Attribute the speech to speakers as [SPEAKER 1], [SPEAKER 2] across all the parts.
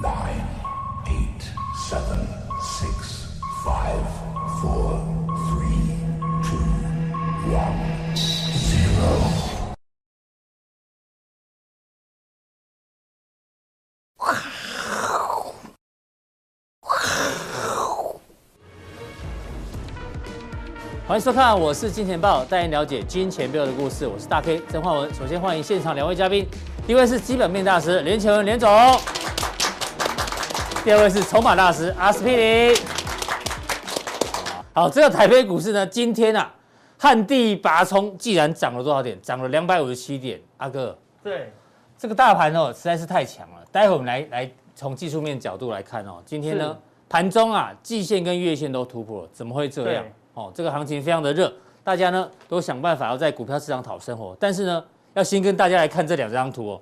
[SPEAKER 1] nine, eight, seven, six, five, four, three, two, one, zero.
[SPEAKER 2] 欢迎收看，我是金钱豹，带您了解金钱背后的故事。我是大 K 曾焕文。首先欢迎现场两位嘉宾，第一位是基本面大师连前文连总，第二位是筹码大师阿司匹林。好，这个台北股市呢，今天啊，旱地拔葱，既然涨了多少点？涨了两百五十七点。阿哥，
[SPEAKER 3] 对，
[SPEAKER 2] 这个大盘哦实在是太强了。待会我们来来从技术面角度来看哦，今天呢
[SPEAKER 3] 是
[SPEAKER 2] 盘中啊季线跟月线都突破了，怎么会这样
[SPEAKER 3] 对？
[SPEAKER 2] 哦，这个行情非常的热，大家呢都想办法要在股票市场讨生活。但是呢，要先跟大家来看这两张图哦。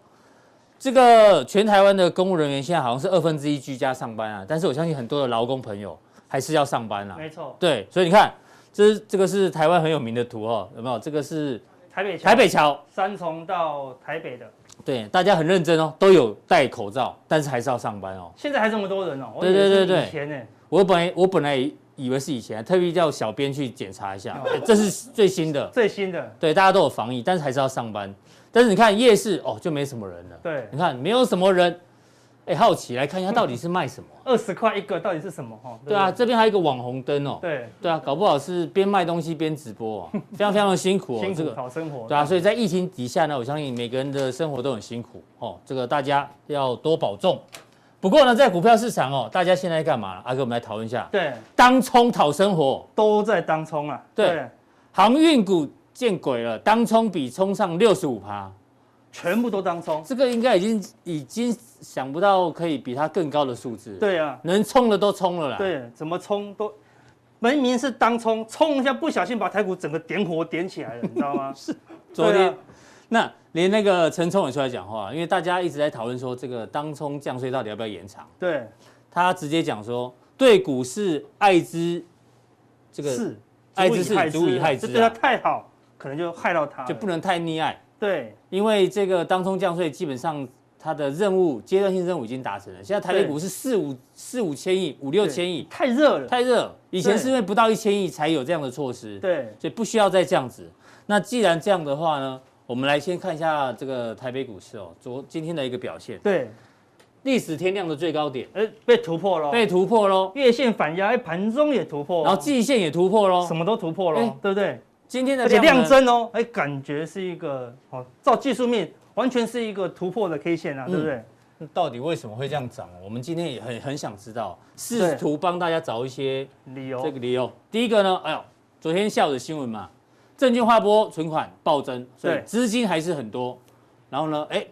[SPEAKER 2] 这个全台湾的公务人员现在好像是二分之一居家上班啊，但是我相信很多的劳工朋友还是要上班啊。
[SPEAKER 3] 没错，
[SPEAKER 2] 对，所以你看，这是这个是台湾很有名的图哦，有没有？这个是
[SPEAKER 3] 台北桥
[SPEAKER 2] 台北桥，
[SPEAKER 3] 三重到台北的，
[SPEAKER 2] 对，大家很认真哦，都有戴口罩，但是还是要上班哦。
[SPEAKER 3] 现在还这么多人哦，我
[SPEAKER 2] 对
[SPEAKER 3] 以为
[SPEAKER 2] 对
[SPEAKER 3] 是
[SPEAKER 2] 对对
[SPEAKER 3] 以前呢，
[SPEAKER 2] 我本来我本来以为是以前，特意叫小编去检查一下，
[SPEAKER 3] 哦
[SPEAKER 2] 哎这是最新的。
[SPEAKER 3] 最新的，
[SPEAKER 2] 对，大家都有防疫，但是还是要上班。但是你看夜市哦，就没什么人了。
[SPEAKER 3] 对
[SPEAKER 2] 你看没有什么人，哎，好奇来看一下到底是卖 什么。
[SPEAKER 3] 二十块一个到底是什么哈？
[SPEAKER 2] 对啊，
[SPEAKER 3] 不
[SPEAKER 2] 这边还有一个网红灯哦。
[SPEAKER 3] 对，
[SPEAKER 2] 对啊，搞不好是边卖东西边直播哦，非常非常的辛苦哦。
[SPEAKER 3] 辛
[SPEAKER 2] 这
[SPEAKER 3] 苦
[SPEAKER 2] 个
[SPEAKER 3] 讨生活，
[SPEAKER 2] 对啊，所以在疫情底下呢，我相信每个人的生活都很辛苦哦。这个大家要多保重。不过呢，在股票市场哦，大家现在干嘛？阿哥，我们来讨论一下，
[SPEAKER 3] 对，
[SPEAKER 2] 当冲讨生活，
[SPEAKER 3] 都在当冲啊，
[SPEAKER 2] 对，航运股见鬼了，当冲比冲上六十五趴，
[SPEAKER 3] 全部都当冲，
[SPEAKER 2] 这个应该已经已经想不到可以比它更高的数字，，
[SPEAKER 3] 对啊，
[SPEAKER 2] 能冲的都冲了啦，，
[SPEAKER 3] 对，怎么冲都。明明是当冲，冲一下不小心把台股整个点火点起来了，你知 道吗？是，
[SPEAKER 2] 昨天。那连那个陈冲也出来讲话，因为大家一直在讨论说这个当冲降税到底要不要延长。
[SPEAKER 3] 对，
[SPEAKER 2] 他直接讲说，对股市爱之这个
[SPEAKER 3] 是，
[SPEAKER 2] 爱之是足以害
[SPEAKER 3] 这
[SPEAKER 2] 之
[SPEAKER 3] 对他
[SPEAKER 2] 啊，
[SPEAKER 3] 太好，可能就害到他了，
[SPEAKER 2] 就不能太溺爱，
[SPEAKER 3] 对，
[SPEAKER 2] 因为这个当冲降税基本上它的任务阶段性任务已经达成了。现在台北
[SPEAKER 3] 对
[SPEAKER 2] 股市四五四五千亿、五六
[SPEAKER 3] 对
[SPEAKER 2] 千亿，
[SPEAKER 3] 太热了，
[SPEAKER 2] 太热。以前
[SPEAKER 3] 对
[SPEAKER 2] 是因为不到一千亿才有这样的措施，
[SPEAKER 3] 对，
[SPEAKER 2] 所以不需要再这样子。那既然这样的话呢，我们来先看一下这个台北股市哦，昨今天的一个表现，
[SPEAKER 3] 对，
[SPEAKER 2] 历史天量的最高点
[SPEAKER 3] 哎、被突破了，
[SPEAKER 2] 被突破喽，
[SPEAKER 3] 月线反压，哎，盘中也突破哦，
[SPEAKER 2] 然后季线也突破喽
[SPEAKER 3] 什，么都突破了，
[SPEAKER 2] 哎
[SPEAKER 3] 对不对？
[SPEAKER 2] 今天的
[SPEAKER 3] 而且
[SPEAKER 2] 量
[SPEAKER 3] 量
[SPEAKER 2] 呢
[SPEAKER 3] 增哦，哎，感觉是一个哦，照技术面完全是一个突破的 K 线啊，对不对？
[SPEAKER 2] 到底为什么会这样涨？我们今天也很很想知道，试
[SPEAKER 3] 对
[SPEAKER 2] 图帮大家找一些
[SPEAKER 3] 理由
[SPEAKER 2] 嗯这个理由。第一个呢，哎呦，昨天下午的新闻嘛，证券划拨存款暴增，所以
[SPEAKER 3] 对
[SPEAKER 2] 资金还是很多。然后呢，哎，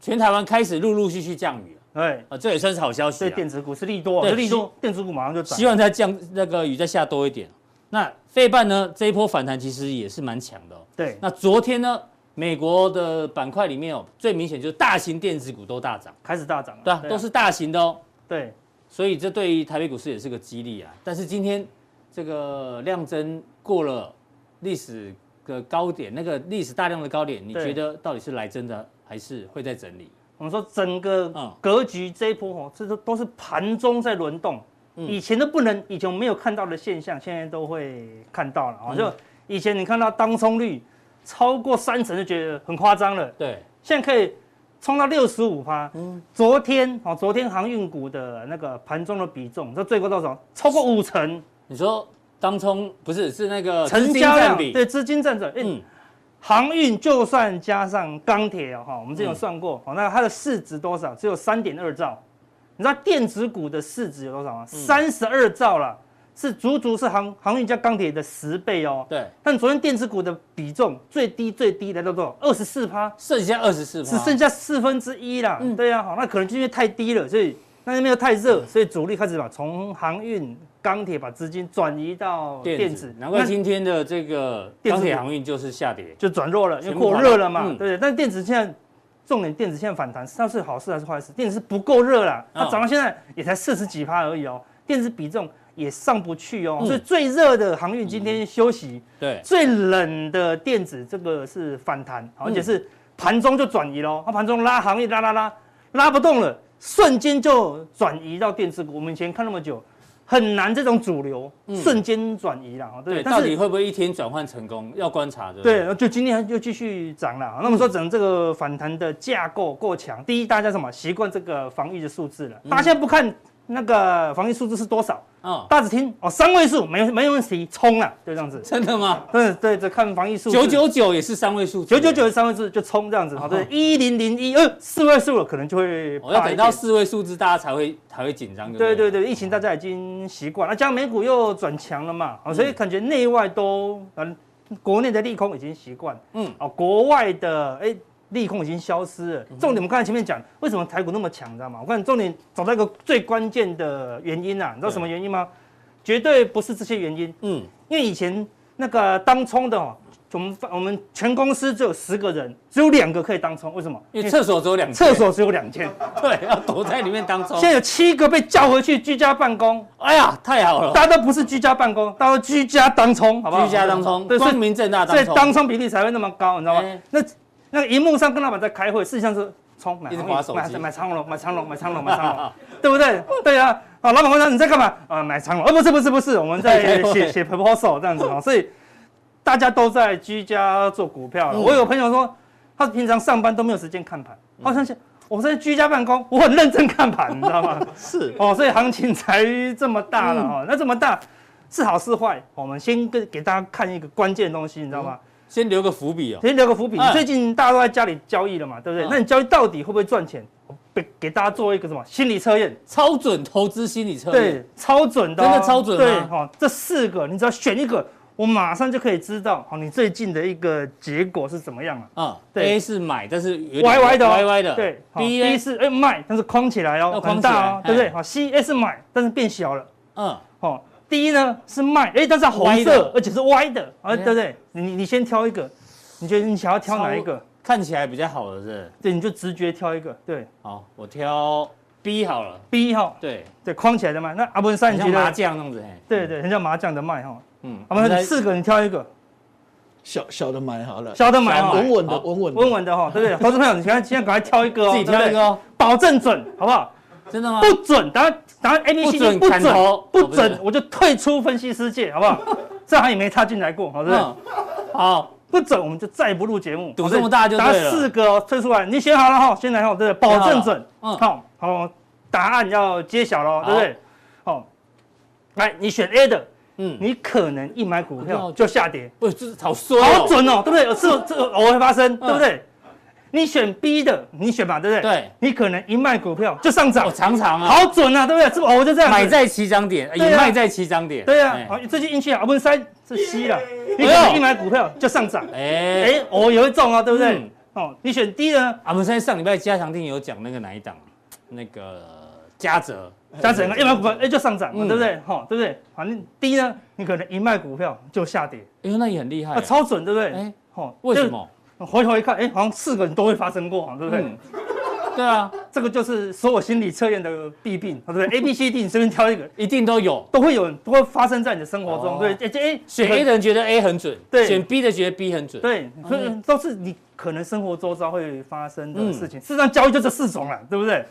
[SPEAKER 2] 全台湾开始陆陆续续降雨了
[SPEAKER 3] 哎，
[SPEAKER 2] 啊，这也算是好消息
[SPEAKER 3] 所以
[SPEAKER 2] 啊。
[SPEAKER 3] 电子股是利多啊，
[SPEAKER 2] 对
[SPEAKER 3] 是利多，电子股马上就涨
[SPEAKER 2] 希，望它降那个雨再下多一点。那费半呢，这一波反弹其实也是蛮强的、哦。
[SPEAKER 3] 对，
[SPEAKER 2] 那昨天呢，美国的板块里面哦，最明显就是大型电子股都大涨，
[SPEAKER 3] 开始大涨了，
[SPEAKER 2] 对啊，都是大型的哦。
[SPEAKER 3] 对，
[SPEAKER 2] 所以这对于台北股市也是个激励啊。但是今天这个量增过了历史的高点，那个历史大量的高点，你
[SPEAKER 3] 对
[SPEAKER 2] 觉得到底是来真的还是会在整理？
[SPEAKER 3] 我们说整个
[SPEAKER 2] 嗯
[SPEAKER 3] 格局这一波哦，这都都是盘中在轮动，
[SPEAKER 2] 嗯
[SPEAKER 3] 以前都不能，以前我们没有看到的现象，现在都会看到了。好
[SPEAKER 2] 嗯
[SPEAKER 3] 像以前你看到当冲率超过三成就觉得很夸张了，
[SPEAKER 2] 对，
[SPEAKER 3] 现在可以冲到六十五趴。
[SPEAKER 2] 嗯
[SPEAKER 3] 昨天哦，昨天航运股的那个盘中的比重，这最高多少？超过五成，
[SPEAKER 2] 你说当冲不是是那个
[SPEAKER 3] 成
[SPEAKER 2] 呃资金
[SPEAKER 3] 交量
[SPEAKER 2] 占比，
[SPEAKER 3] 对资金占比。哎
[SPEAKER 2] 嗯，
[SPEAKER 3] 航运就算加上钢铁哦，哈，我们
[SPEAKER 2] 嗯
[SPEAKER 3] 之前有算过，哦，那它的市值多少？只有三点二兆。你知道电子股的市值有多少吗？
[SPEAKER 2] 嗯
[SPEAKER 3] 三十二兆啦，是足足是航航运加钢铁的十倍哦。
[SPEAKER 2] 对，
[SPEAKER 3] 但昨天电子股的比重最低最低来到多少？二十四趴，
[SPEAKER 2] 剩下二十四
[SPEAKER 3] 只剩下四分之一啦。
[SPEAKER 2] 嗯
[SPEAKER 3] 对呀、啊，好，那可能就因为太低了，所以那那边又太热，所以主力开始把从航运、钢铁把资金转移到
[SPEAKER 2] 电
[SPEAKER 3] 电
[SPEAKER 2] 子
[SPEAKER 3] 子，，
[SPEAKER 2] 难怪
[SPEAKER 3] 那
[SPEAKER 2] 今天的这个
[SPEAKER 3] 电
[SPEAKER 2] 钢
[SPEAKER 3] 子股
[SPEAKER 2] 铁航运就是下跌。
[SPEAKER 3] 就转弱了，因为
[SPEAKER 2] 全部
[SPEAKER 3] 过
[SPEAKER 2] 跑
[SPEAKER 3] 热了嘛，
[SPEAKER 2] 嗯
[SPEAKER 3] 对不对？但是电子现在重点，电子现在反弹，那是好事还是坏事？电子是不够热啦，它
[SPEAKER 2] 嗯
[SPEAKER 3] 涨到现在也才四十几趴而已哦，电子比重也上不去哦，
[SPEAKER 2] 嗯
[SPEAKER 3] 所以最热的航运今天休息，
[SPEAKER 2] 对，
[SPEAKER 3] 最冷的电子这个
[SPEAKER 2] 嗯
[SPEAKER 3] 啊是反弹，而且是盘中就转移喽，它盘中拉航运拉拉拉拉不动了，瞬间就转移到电子股。我们以前看那么久，很难这种主流瞬间转移了，哦
[SPEAKER 2] 嗯
[SPEAKER 3] 对不
[SPEAKER 2] 对，
[SPEAKER 3] 对？
[SPEAKER 2] 到
[SPEAKER 3] 但
[SPEAKER 2] 底
[SPEAKER 3] 是
[SPEAKER 2] 会不会一天转换成功，要观察的。
[SPEAKER 3] 对，然后就今天又继续涨了。那么说，整这个反弹的架构够强。第一，大家什么习惯这个防疫的数字了？大家现在不看那个防疫数字是多少，
[SPEAKER 2] 嗯，
[SPEAKER 3] 大家只听哦三位数，没没问题，冲了，就这样子。
[SPEAKER 2] 真的吗？
[SPEAKER 3] 对对，这看防疫数字
[SPEAKER 2] 九九九也是三位数字，
[SPEAKER 3] 九九九三位数就冲这样子，好，哦对，一零零一二四位数了，可能就会
[SPEAKER 2] 哦我要
[SPEAKER 3] 怕一
[SPEAKER 2] 等
[SPEAKER 3] 点
[SPEAKER 2] 到四位数字，大家才会才会紧张，
[SPEAKER 3] 对
[SPEAKER 2] 不
[SPEAKER 3] 对对，疫情大家已经习惯，那加上美股又转强了嘛，哦，所以感觉内外都，嗯，国内的利空已经习惯，
[SPEAKER 2] 嗯
[SPEAKER 3] 嗯，哦，国外的哎利空已经消失了。重点我们刚才前面讲，为什么台股那么强，你知道吗？我看重点找到一个最关键的原因啊，你知道什么原因吗？绝对不是这些原因，
[SPEAKER 2] 嗯，
[SPEAKER 3] 因为以前那个当冲的哦，我们我们全公司只有十个人，只有两个可以当冲，为什么？
[SPEAKER 2] 因为厕哦所只有两间
[SPEAKER 3] 厕所只有两间，
[SPEAKER 2] 对， 要躲在里面当中
[SPEAKER 3] 现。在有七个被叫回去居家办公。
[SPEAKER 2] 哎呀，太好了，
[SPEAKER 3] 大家都不是居家办公，大家都居家当冲，好不好？
[SPEAKER 2] 居家当中，
[SPEAKER 3] 对，所以
[SPEAKER 2] 光明正大
[SPEAKER 3] 所以
[SPEAKER 2] 当中，
[SPEAKER 3] 当冲比例才会那么高，你知道
[SPEAKER 2] 哎
[SPEAKER 3] 吗？那那个荧幕上跟老板在开会，事实上是冲买
[SPEAKER 2] 一直
[SPEAKER 3] 红
[SPEAKER 2] 滑
[SPEAKER 3] 运
[SPEAKER 2] 手
[SPEAKER 3] 买
[SPEAKER 2] 机
[SPEAKER 3] 买长龙，买长龙，买长龙，买长龙， 对不对？对啊，啊，老板问他你在干嘛？啊，买长龙，哦，不是不是不是，我们
[SPEAKER 2] 在开
[SPEAKER 3] 在
[SPEAKER 2] 会
[SPEAKER 3] 写写 proposal 这样子哦，所以大家都在居家做股票了。
[SPEAKER 2] 嗯
[SPEAKER 3] 我有朋友说，他平常上班都没有时间看盘，
[SPEAKER 2] 嗯
[SPEAKER 3] 好像是我在居家办公，我很认真看盘，你知道吗？
[SPEAKER 2] 是
[SPEAKER 3] 哦，所以行情才这么大
[SPEAKER 2] 嗯
[SPEAKER 3] 了哦。那这么大是好是坏？哦我们先跟给大家看一个关键的东西，你知道吗？
[SPEAKER 2] 先留个伏笔哦。
[SPEAKER 3] 先留个伏笔
[SPEAKER 2] 嗯。
[SPEAKER 3] 最近大家都在家里交易了嘛，对不对
[SPEAKER 2] 嗯？
[SPEAKER 3] 那你交易到底会不会赚钱？我给给大家做一个什么心理测验？
[SPEAKER 2] 超准投资心理测验，
[SPEAKER 3] 对，超准的哦，
[SPEAKER 2] 真的超准吗啊
[SPEAKER 3] 对，哦，这四个你只要选一个，我马上就可以知道，哦，你最近的一个结果是怎么样了。
[SPEAKER 2] 啊
[SPEAKER 3] 对
[SPEAKER 2] ，A 是买，但是有点
[SPEAKER 3] 歪歪的哦，
[SPEAKER 2] 歪歪的，
[SPEAKER 3] 对好
[SPEAKER 2] ，B
[SPEAKER 3] B
[SPEAKER 2] A
[SPEAKER 3] 是哎卖，但是框起来
[SPEAKER 2] 要
[SPEAKER 3] 哦，
[SPEAKER 2] 框
[SPEAKER 3] 很大
[SPEAKER 2] 起来
[SPEAKER 3] 哦，对不对？
[SPEAKER 2] 哎
[SPEAKER 3] 好，C S 买，但是变小了。
[SPEAKER 2] 嗯，
[SPEAKER 3] 哦，第一呢是卖，哎，但是它红
[SPEAKER 2] 歪的
[SPEAKER 3] 色，而且是歪的，啊，
[SPEAKER 2] 哎呀
[SPEAKER 3] 对不对？你你先挑一个，你觉得你想要挑哪一个？
[SPEAKER 2] 看起来比较好的是，
[SPEAKER 3] 对，你就直觉挑一个，对
[SPEAKER 2] 好，我挑 B 好了，
[SPEAKER 3] ，B 哈，
[SPEAKER 2] 对，
[SPEAKER 3] 对，框起来的卖。那阿文山
[SPEAKER 2] 很
[SPEAKER 3] 你
[SPEAKER 2] 像
[SPEAKER 3] 觉
[SPEAKER 2] 麻
[SPEAKER 3] 得？
[SPEAKER 2] 将那样子，哎，
[SPEAKER 3] 对对，很像麻将的卖哈。
[SPEAKER 2] 嗯，
[SPEAKER 3] 阿文
[SPEAKER 2] 我们
[SPEAKER 3] 山
[SPEAKER 2] 来
[SPEAKER 3] 四个你挑一个，
[SPEAKER 4] 小小的买好了，
[SPEAKER 3] 小的买
[SPEAKER 2] 小
[SPEAKER 3] 哈
[SPEAKER 2] 的，
[SPEAKER 4] 稳稳的，
[SPEAKER 2] 好
[SPEAKER 4] 稳稳的
[SPEAKER 3] 稳稳的哈，对不对？投资朋友，你看现在赶快挑一个哦，
[SPEAKER 2] 自己挑一个
[SPEAKER 3] 对
[SPEAKER 2] 哦，
[SPEAKER 3] 不对，保证准，好不好？
[SPEAKER 2] 真的吗？
[SPEAKER 3] 不准，答案答案 A B
[SPEAKER 2] 不
[SPEAKER 3] C
[SPEAKER 2] 准
[SPEAKER 3] 哎不
[SPEAKER 2] 砍头
[SPEAKER 3] 准，
[SPEAKER 2] 哦
[SPEAKER 3] 不
[SPEAKER 2] 不
[SPEAKER 3] 准
[SPEAKER 2] 是，
[SPEAKER 3] 我就退出分析世界，好不好？ 这行也没插进来过，好不好？
[SPEAKER 2] 嗯，好，
[SPEAKER 3] 不准我们就再也不录节目。
[SPEAKER 2] 赌
[SPEAKER 3] 好
[SPEAKER 2] 这么大就对
[SPEAKER 3] 答
[SPEAKER 2] 了
[SPEAKER 3] 四个哦，推出来，你选好了哈，先来哈，对不对？
[SPEAKER 2] 选好
[SPEAKER 3] 保
[SPEAKER 2] 了
[SPEAKER 3] 证准，
[SPEAKER 2] 嗯
[SPEAKER 3] 好，好，答案要揭晓喽，
[SPEAKER 2] 好
[SPEAKER 3] 对不对？好，来，你选 A 的，
[SPEAKER 2] 嗯，
[SPEAKER 3] 你可能一买股
[SPEAKER 2] 不要
[SPEAKER 3] 票就下跌，
[SPEAKER 2] 不，这是好衰哦，嗯
[SPEAKER 3] 好准哦，对不对？是这偶尔会发生，对不对？你选 B 的，你选吧，对不对？
[SPEAKER 2] 对，
[SPEAKER 3] 你可能一卖股票就上涨
[SPEAKER 2] 我，常常啊，
[SPEAKER 3] 好准啊，对不对？是不是偶尔就这样子？
[SPEAKER 2] 买在起涨点，
[SPEAKER 3] 对啊
[SPEAKER 2] 也卖在起涨点，
[SPEAKER 3] 对啊
[SPEAKER 2] 哎，
[SPEAKER 3] 好，最近运气好，问三是 C 了，你可能一买股票就上涨，
[SPEAKER 2] 哎，
[SPEAKER 3] 哎，偶尔也会中哦，对不
[SPEAKER 2] 嗯
[SPEAKER 3] 对？哦，你选 D 的呢？
[SPEAKER 2] 啊我们现在上礼拜加强定有讲那个哪一档，那个嘉泽，
[SPEAKER 3] 加整个一买股票，哎、就上涨嘛，
[SPEAKER 2] 嗯
[SPEAKER 3] 对不对？哈，对不对？反正第一呢，你可能一卖股票就下跌，
[SPEAKER 2] 哎呦，那也很厉害
[SPEAKER 3] 那
[SPEAKER 2] 啊，
[SPEAKER 3] 超准，对不对？
[SPEAKER 2] 哎
[SPEAKER 3] 哎，哦，
[SPEAKER 2] 为什？么？
[SPEAKER 3] 回头一看，哎，好像四个人都会发生过，啊对不对？
[SPEAKER 2] 嗯，对啊，
[SPEAKER 3] 这个就是所有心理测验的弊病，对不对？A、B、C、D，你随便挑一个，
[SPEAKER 2] 一定都有。
[SPEAKER 3] 都会有，都会发生在你的生活中，
[SPEAKER 2] 哦
[SPEAKER 3] 对，哎这哎，
[SPEAKER 2] 选 A 的人觉得 A 很准，
[SPEAKER 3] 对
[SPEAKER 2] 选 B 的觉得 B 很准，
[SPEAKER 3] 对，所以都是你可能生活周遭会发生的
[SPEAKER 2] 嗯
[SPEAKER 3] 事情。事实上，交易就这四种了，对不 对？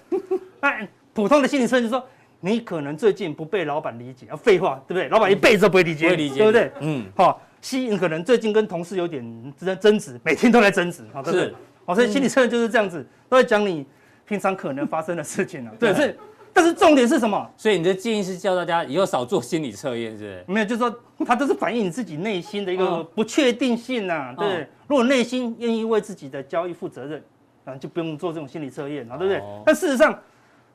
[SPEAKER 3] 那普通的心理测验就说，你可能最近不被老板理解，啊，废话，对不对？老板一辈子都不会理
[SPEAKER 2] 不
[SPEAKER 3] 解
[SPEAKER 2] 会
[SPEAKER 3] 你，
[SPEAKER 2] 理解，
[SPEAKER 3] 对不对？
[SPEAKER 2] 嗯，
[SPEAKER 3] 好、吸引可能最近跟同事有点争争执，每天都在争执，好、对不对
[SPEAKER 2] 是？嗯
[SPEAKER 3] 好、所以心理测验就是这样子，都在讲你平常可能发生的事情啊。对，所以但是重点是什么？
[SPEAKER 2] 所以你的建议是叫大家以后少做心理测验，是
[SPEAKER 3] 没有，就是说它都是反映你自己内心的一个
[SPEAKER 2] 嗯
[SPEAKER 3] 不确定性呐、啊，对不对。
[SPEAKER 2] 嗯
[SPEAKER 3] 如果内心愿意为自己的交易负责任，啊，就不用做这种心理测验啊，对不对？
[SPEAKER 2] 哦嗯
[SPEAKER 3] 但事实上，